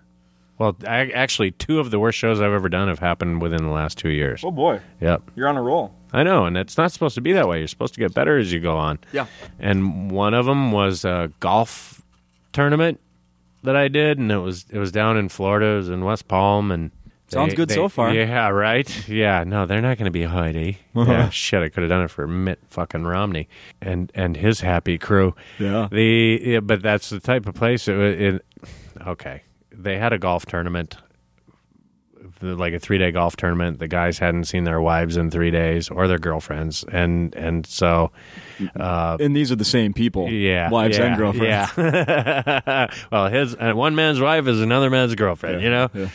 [SPEAKER 2] Well, I, actually, two of the worst shows I've ever done have happened within the last two years.
[SPEAKER 1] Oh boy,
[SPEAKER 2] Yep.
[SPEAKER 1] you're on a roll.
[SPEAKER 2] I know, and it's not supposed to be that way. You're supposed to get better as you go on.
[SPEAKER 1] Yeah.
[SPEAKER 2] And one of them was a golf tournament that I did, and it was it was down in Florida. It was in West Palm, and
[SPEAKER 1] Sounds good so far. Uh-huh.
[SPEAKER 2] Yeah, right. Yeah, no, they're not going to be Heidi. Yeah, shit, I could have done it for Mitt fucking Romney and and his happy crew.
[SPEAKER 1] Yeah.
[SPEAKER 2] The yeah, but that's the type of place it, wa- it okay. They had a golf tournament the, like a three day golf tournament. The guys hadn't seen their wives in three days or their girlfriends, and and so
[SPEAKER 1] Uh, and these are the same people.
[SPEAKER 2] yeah,
[SPEAKER 1] Wives
[SPEAKER 2] yeah,
[SPEAKER 1] and girlfriends.
[SPEAKER 2] Yeah. well, his uh, one man's wife is another man's girlfriend. you know,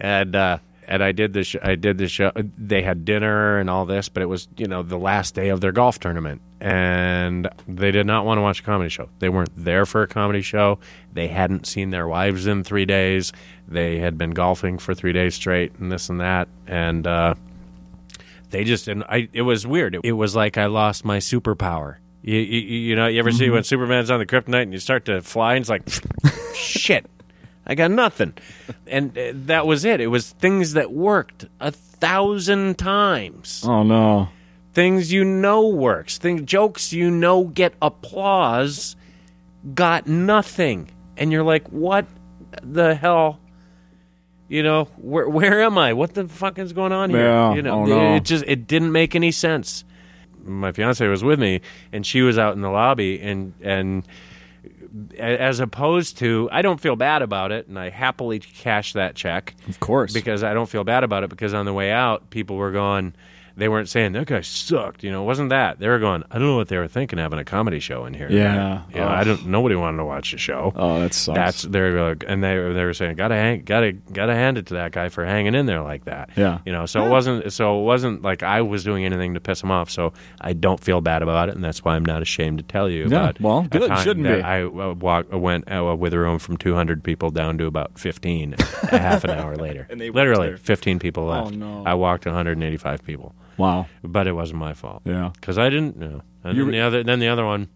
[SPEAKER 2] and uh, and I did the sh- I did the show. They had dinner and all this, but it was you know the last day of their golf tournament, and they did not want to watch a comedy show. They weren't there for a comedy show. They hadn't seen their wives in three days. They had been golfing for three days straight, and this and that, and. Uh, they just and I it was weird. It, was like I lost my superpower. You, you, you know, you ever see when Superman's on the kryptonite and you start to fly and it's like, shit, I got nothing. And uh, that was it. It was things that worked a thousand times.
[SPEAKER 1] Oh no.
[SPEAKER 2] Things you know works. Things jokes you know get applause got nothing. And you're like, what the hell? You know, where where am I? What the fuck is going on here?
[SPEAKER 1] Yeah,
[SPEAKER 2] you know,
[SPEAKER 1] oh, no.
[SPEAKER 2] it just it didn't make any sense. My fiance was with me and she was out in the lobby and and a- as opposed to I don't feel bad about it and I happily cash that check
[SPEAKER 1] Of course.
[SPEAKER 2] because I don't feel bad about it because on the way out people were going they weren't saying that guy sucked. You know, it wasn't that they were going? I don't know what they were thinking having a comedy show in here.
[SPEAKER 1] Yeah.
[SPEAKER 2] you know, I don't. Nobody wanted to watch the show.
[SPEAKER 1] Oh, that sucks.
[SPEAKER 2] That's they're like, and they they were saying gotta hang, gotta gotta hand it to that guy for hanging in there like that.
[SPEAKER 1] Yeah.
[SPEAKER 2] you know. So it wasn't so it wasn't like I was doing anything to piss him off. So I don't feel bad about it, and that's why I'm not ashamed to tell you.
[SPEAKER 1] Yeah,
[SPEAKER 2] about
[SPEAKER 1] well,
[SPEAKER 2] a
[SPEAKER 1] good,
[SPEAKER 2] time
[SPEAKER 1] shouldn't
[SPEAKER 2] that
[SPEAKER 1] be.
[SPEAKER 2] I uh, walk, went uh, with a room from 200 people down to about 15 a half an hour later.
[SPEAKER 1] And they weren't
[SPEAKER 2] literally
[SPEAKER 1] there.
[SPEAKER 2] 15 people left.
[SPEAKER 1] Oh, no.
[SPEAKER 2] I walked 185 people,
[SPEAKER 1] wow.
[SPEAKER 2] but it wasn't my fault
[SPEAKER 1] Yeah.
[SPEAKER 2] because I didn't know. And
[SPEAKER 1] You
[SPEAKER 2] then
[SPEAKER 1] were-
[SPEAKER 2] the other, then the other one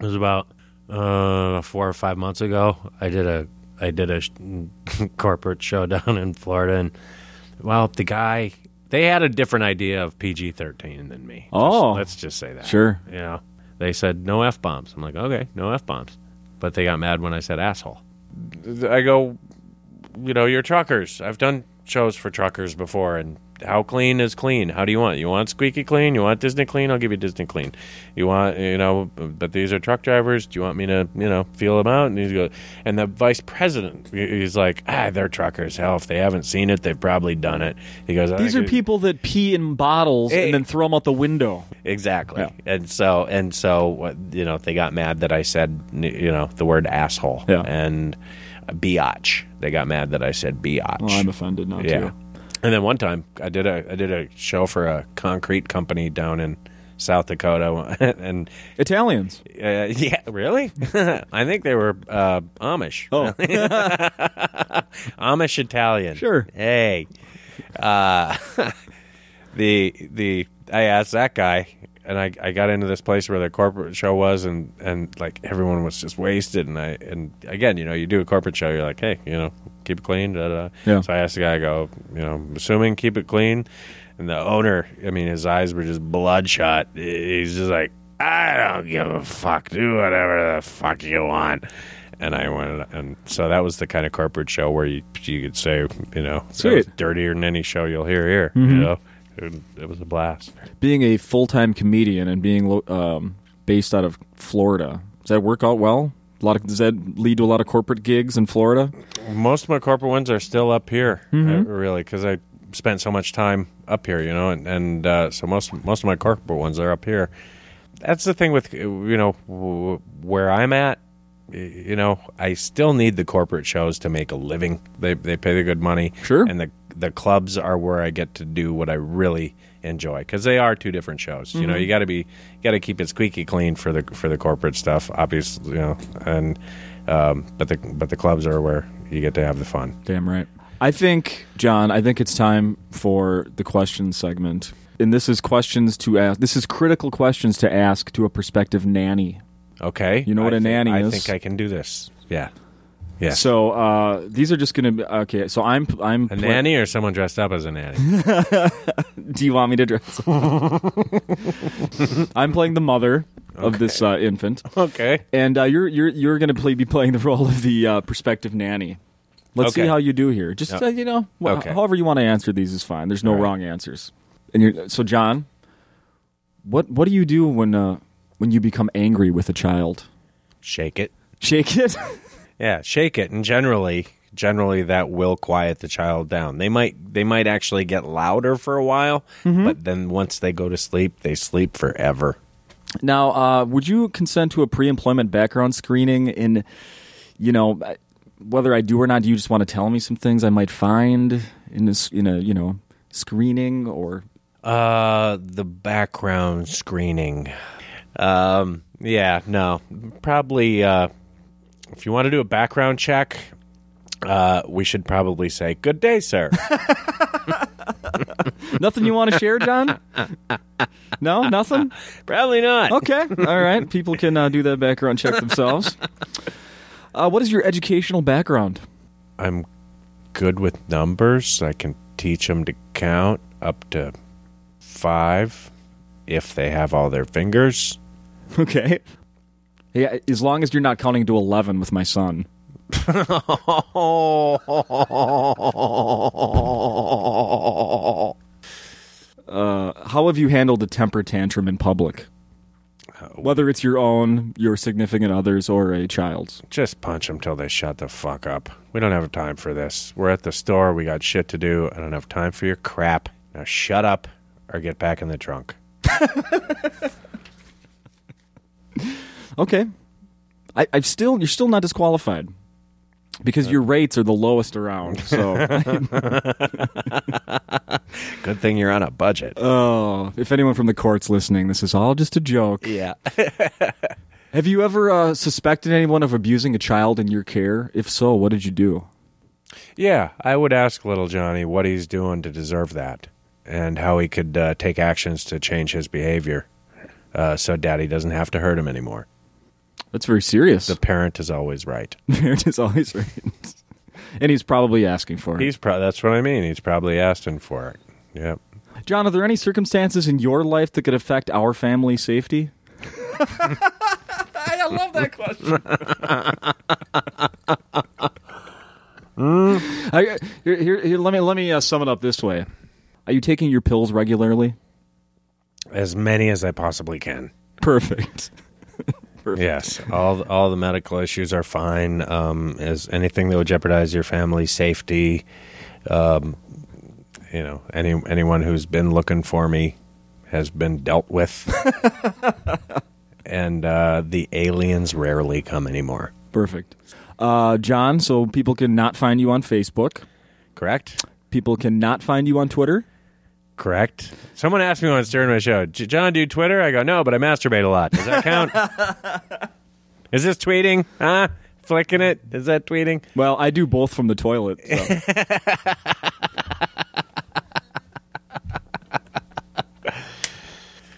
[SPEAKER 2] was about uh, four or five months ago. I did a I did a sh- corporate show down in Florida, and well, the guy they had a different idea of PG thirteen than me. Just-
[SPEAKER 1] Oh.
[SPEAKER 2] let's just say that.
[SPEAKER 1] Sure.
[SPEAKER 2] You know, they said no f bombs. I'm like, okay, no f bombs, but they got mad when I said asshole. I go, you know, you're truckers. I've done shows for truckers before, and how clean is clean? How do you want? You want squeaky clean? You want Disney clean? I'll give you Disney clean. You want, you know, but these are truck drivers. Do you want me to, you know, feel them out? And he's go, and the vice president, he's like, ah, they're truckers. Hell, if they haven't seen it, they've probably done it. He goes, "I
[SPEAKER 1] These are
[SPEAKER 2] think it-
[SPEAKER 1] people that pee in bottles
[SPEAKER 2] Hey.
[SPEAKER 1] and then throw them out the window.
[SPEAKER 2] exactly.
[SPEAKER 1] Yeah.
[SPEAKER 2] And so, and so, uh, you know, they got mad that I said, you know, the word asshole
[SPEAKER 1] Yeah.
[SPEAKER 2] and biatch. They got mad that I said biatch.
[SPEAKER 1] Well, I'm offended now
[SPEAKER 2] Yeah.
[SPEAKER 1] too.
[SPEAKER 2] And then one time I did a I did a show for a concrete company down in South Dakota, and
[SPEAKER 1] Italians.
[SPEAKER 2] uh, yeah, really, I think they were uh, Amish,
[SPEAKER 1] Oh,
[SPEAKER 2] Amish Italian.
[SPEAKER 1] Sure.
[SPEAKER 2] Hey, uh, the the I asked that guy, and I, I got into this place where the corporate show was, and and like everyone was just wasted, and I and again, you know, you do a corporate show, you're like, hey, you know, keep it clean, da da. da.
[SPEAKER 1] Yeah.
[SPEAKER 2] So I asked the guy, I go, you know, I'm assuming keep it clean, and the owner, I mean, his eyes were just bloodshot. He's just like, I don't give a fuck. Do whatever the fuck you want. And I went, and so that was the kind of corporate show where you you could say, you know, that
[SPEAKER 1] Sweet.
[SPEAKER 2] was dirtier than any show you'll hear here. You know, it, it was a blast.
[SPEAKER 1] being a full time comedian and being lo- um, based out of Florida, does that work out well? A lot of, does that lead to a lot of corporate gigs in Florida?
[SPEAKER 2] Most of my corporate ones are still up here, uh, really, because I spent so much time up here, you know, and, and uh, so most most of my corporate ones are up here. That's the thing with you know w- where I'm at. y- You know, I still need the corporate shows to make a living. They they pay the good money,
[SPEAKER 1] Sure.
[SPEAKER 2] and the the clubs are where I get to do what I really enjoy because they are two different shows. You
[SPEAKER 1] Mm-hmm.
[SPEAKER 2] know, you got to be got to keep it squeaky clean for the for the corporate stuff, obviously. You know, and um, but the but the clubs are where you get to have the fun.
[SPEAKER 1] Damn right. I think, John, I think it's time for the question segment. And this is questions to ask. This is critical questions to ask to a prospective nanny.
[SPEAKER 2] Okay,
[SPEAKER 1] You know what
[SPEAKER 2] I
[SPEAKER 1] a
[SPEAKER 2] thi-
[SPEAKER 1] nanny
[SPEAKER 2] I
[SPEAKER 1] is?
[SPEAKER 2] think I can do this. Yeah, yeah.
[SPEAKER 1] So uh, these are just going to be okay. So I'm I'm
[SPEAKER 2] a nanny or someone dressed up as a nanny.
[SPEAKER 1] Do you want me to dress? I'm playing the mother of this uh, infant,
[SPEAKER 2] okay.
[SPEAKER 1] and uh, you're you're you're going to play, be playing the role of the uh, prospective nanny. Let's see
[SPEAKER 2] Okay.
[SPEAKER 1] how you do here. Just
[SPEAKER 2] Yeah.
[SPEAKER 1] uh, you know, wh-
[SPEAKER 2] Okay.
[SPEAKER 1] however you want to answer these is fine. There's no
[SPEAKER 2] All right.
[SPEAKER 1] wrong answers. And you're so John. What what do you do when uh, when you become angry with a child?
[SPEAKER 2] Shake it.
[SPEAKER 1] Shake it.
[SPEAKER 2] Yeah, shake it, and generally, generally that will quiet the child down. They might, they might actually get louder for a while, but then once they go to sleep, they sleep forever.
[SPEAKER 1] now, uh, would you consent to a pre-employment background screening? In you know, I- whether I do or not, do you just want to tell me some things I might find in this in a you know screening or
[SPEAKER 2] Uh, the background screening. Um, yeah, no, probably. Uh, if you want to do a background check, uh, we should probably say "Good day, sir."
[SPEAKER 1] nothing you want to share, John? No, nothing.
[SPEAKER 2] probably not.
[SPEAKER 1] Okay, all right. People can uh, do that background check themselves. Uh, what is your educational background?
[SPEAKER 2] I'm good with numbers. I can teach them to count up to five if they have all their fingers.
[SPEAKER 1] Okay. Yeah, as long as you're not counting to eleven with my son. Uh, How have you handled a temper tantrum in public? Whether it's your own, your significant other's, or a child's.
[SPEAKER 2] Just punch them till they shut the fuck up. We don't have time for this. We're at the store. We got shit to do. I don't have time for your crap. Now shut up or get back in the trunk.
[SPEAKER 1] Okay. I, I've still you're still not disqualified because your rates are the lowest around. So,
[SPEAKER 2] Good thing you're on a budget.
[SPEAKER 1] oh, if anyone from the court's listening, this is all just a joke.
[SPEAKER 2] yeah.
[SPEAKER 1] Have you ever uh, suspected anyone of abusing a child in your care? If so, what did you do?
[SPEAKER 2] Yeah, I would ask little Johnny what he's doing to deserve that and how he could uh, take actions to change his behavior uh, so daddy doesn't have to hurt him anymore.
[SPEAKER 1] That's very serious.
[SPEAKER 2] The parent is always right.
[SPEAKER 1] parent is always right. and he's probably asking for it.
[SPEAKER 2] He's pro- that's what I mean. He's probably asking for it. Yep.
[SPEAKER 1] John, are there any circumstances in your life that could affect our family safety? I love that question. I, here, here, here, let me let me uh, sum it up this way: Are you taking your pills regularly?
[SPEAKER 2] As many as I possibly can.
[SPEAKER 1] Perfect.
[SPEAKER 2] Yes, all all the medical issues are fine. Um, is anything that would jeopardize your family's safety? Um, you know, any anyone who's been looking for me has been dealt with, and uh, the aliens rarely come anymore.
[SPEAKER 1] Perfect. Uh, John, so people can not find you on Facebook.
[SPEAKER 2] Correct.
[SPEAKER 1] People can not find you on Twitter.
[SPEAKER 2] Correct. Someone asked me once during my show, "J- John, do you Twitter? I go, no, but I masturbate a lot. Does that count? Is this tweeting? Huh? Flicking it? Is that tweeting?
[SPEAKER 1] Well, I do both from the toilet. so.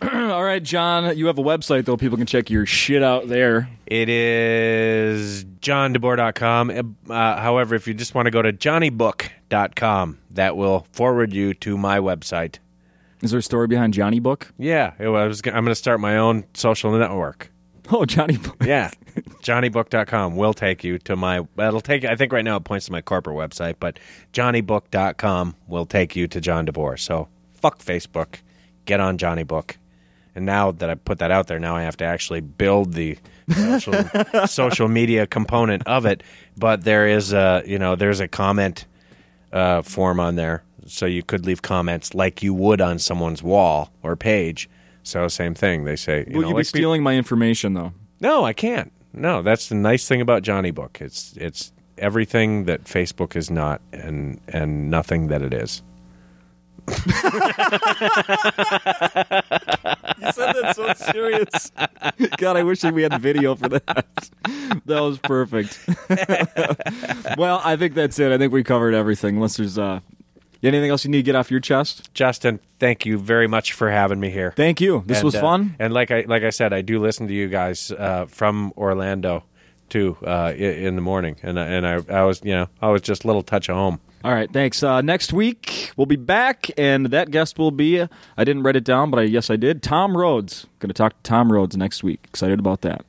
[SPEAKER 1] All right, John, you have a website though. People can check your shit out there.
[SPEAKER 2] It is johndebore.com. Uh, however, if you just want to go to johnnybook.com, that will forward you to my website.
[SPEAKER 1] Is there a story behind Johnny Book?
[SPEAKER 2] Yeah, it was, I'm going to start my own social network.
[SPEAKER 1] Oh, Johnny Book.
[SPEAKER 2] Yeah, johnnybook.com will take you to my. It'll take. I think right now it points to my corporate website, but johnnybook.com will take you to John DeBoer. So fuck Facebook. Get on Johnny Book. And now that I put that out there, now I have to actually build the social, social media component of it. But there is a you know there's a comment uh, form on there, so you could leave comments like you would on someone's wall or page. So same thing. They say, you
[SPEAKER 1] Will
[SPEAKER 2] know,
[SPEAKER 1] you be
[SPEAKER 2] like people-
[SPEAKER 1] stealing my information though?
[SPEAKER 2] no, I can't. No, that's the nice thing about Johnny Book. It's it's everything that Facebook is not, and and nothing that it is.
[SPEAKER 1] You said that so serious. God, I wish that we had video for that. That was perfect. well, I think that's it. I think we covered everything. Unless there's uh, anything else you need to get off your chest.
[SPEAKER 2] Justin, thank you very much for having me here.
[SPEAKER 1] Thank you. This
[SPEAKER 2] And,
[SPEAKER 1] was
[SPEAKER 2] uh,
[SPEAKER 1] fun.
[SPEAKER 2] and like I like I said, I do listen to you guys uh, from Orlando too uh, i- in the morning, and I- and I I was you know I was just a little touch of home.
[SPEAKER 1] All right, thanks. Uh, next week we'll be back, and that guest will be I didn't write it down, but I yes I did. Tom Rhodes. Going to talk to Tom Rhodes next week. Excited about that.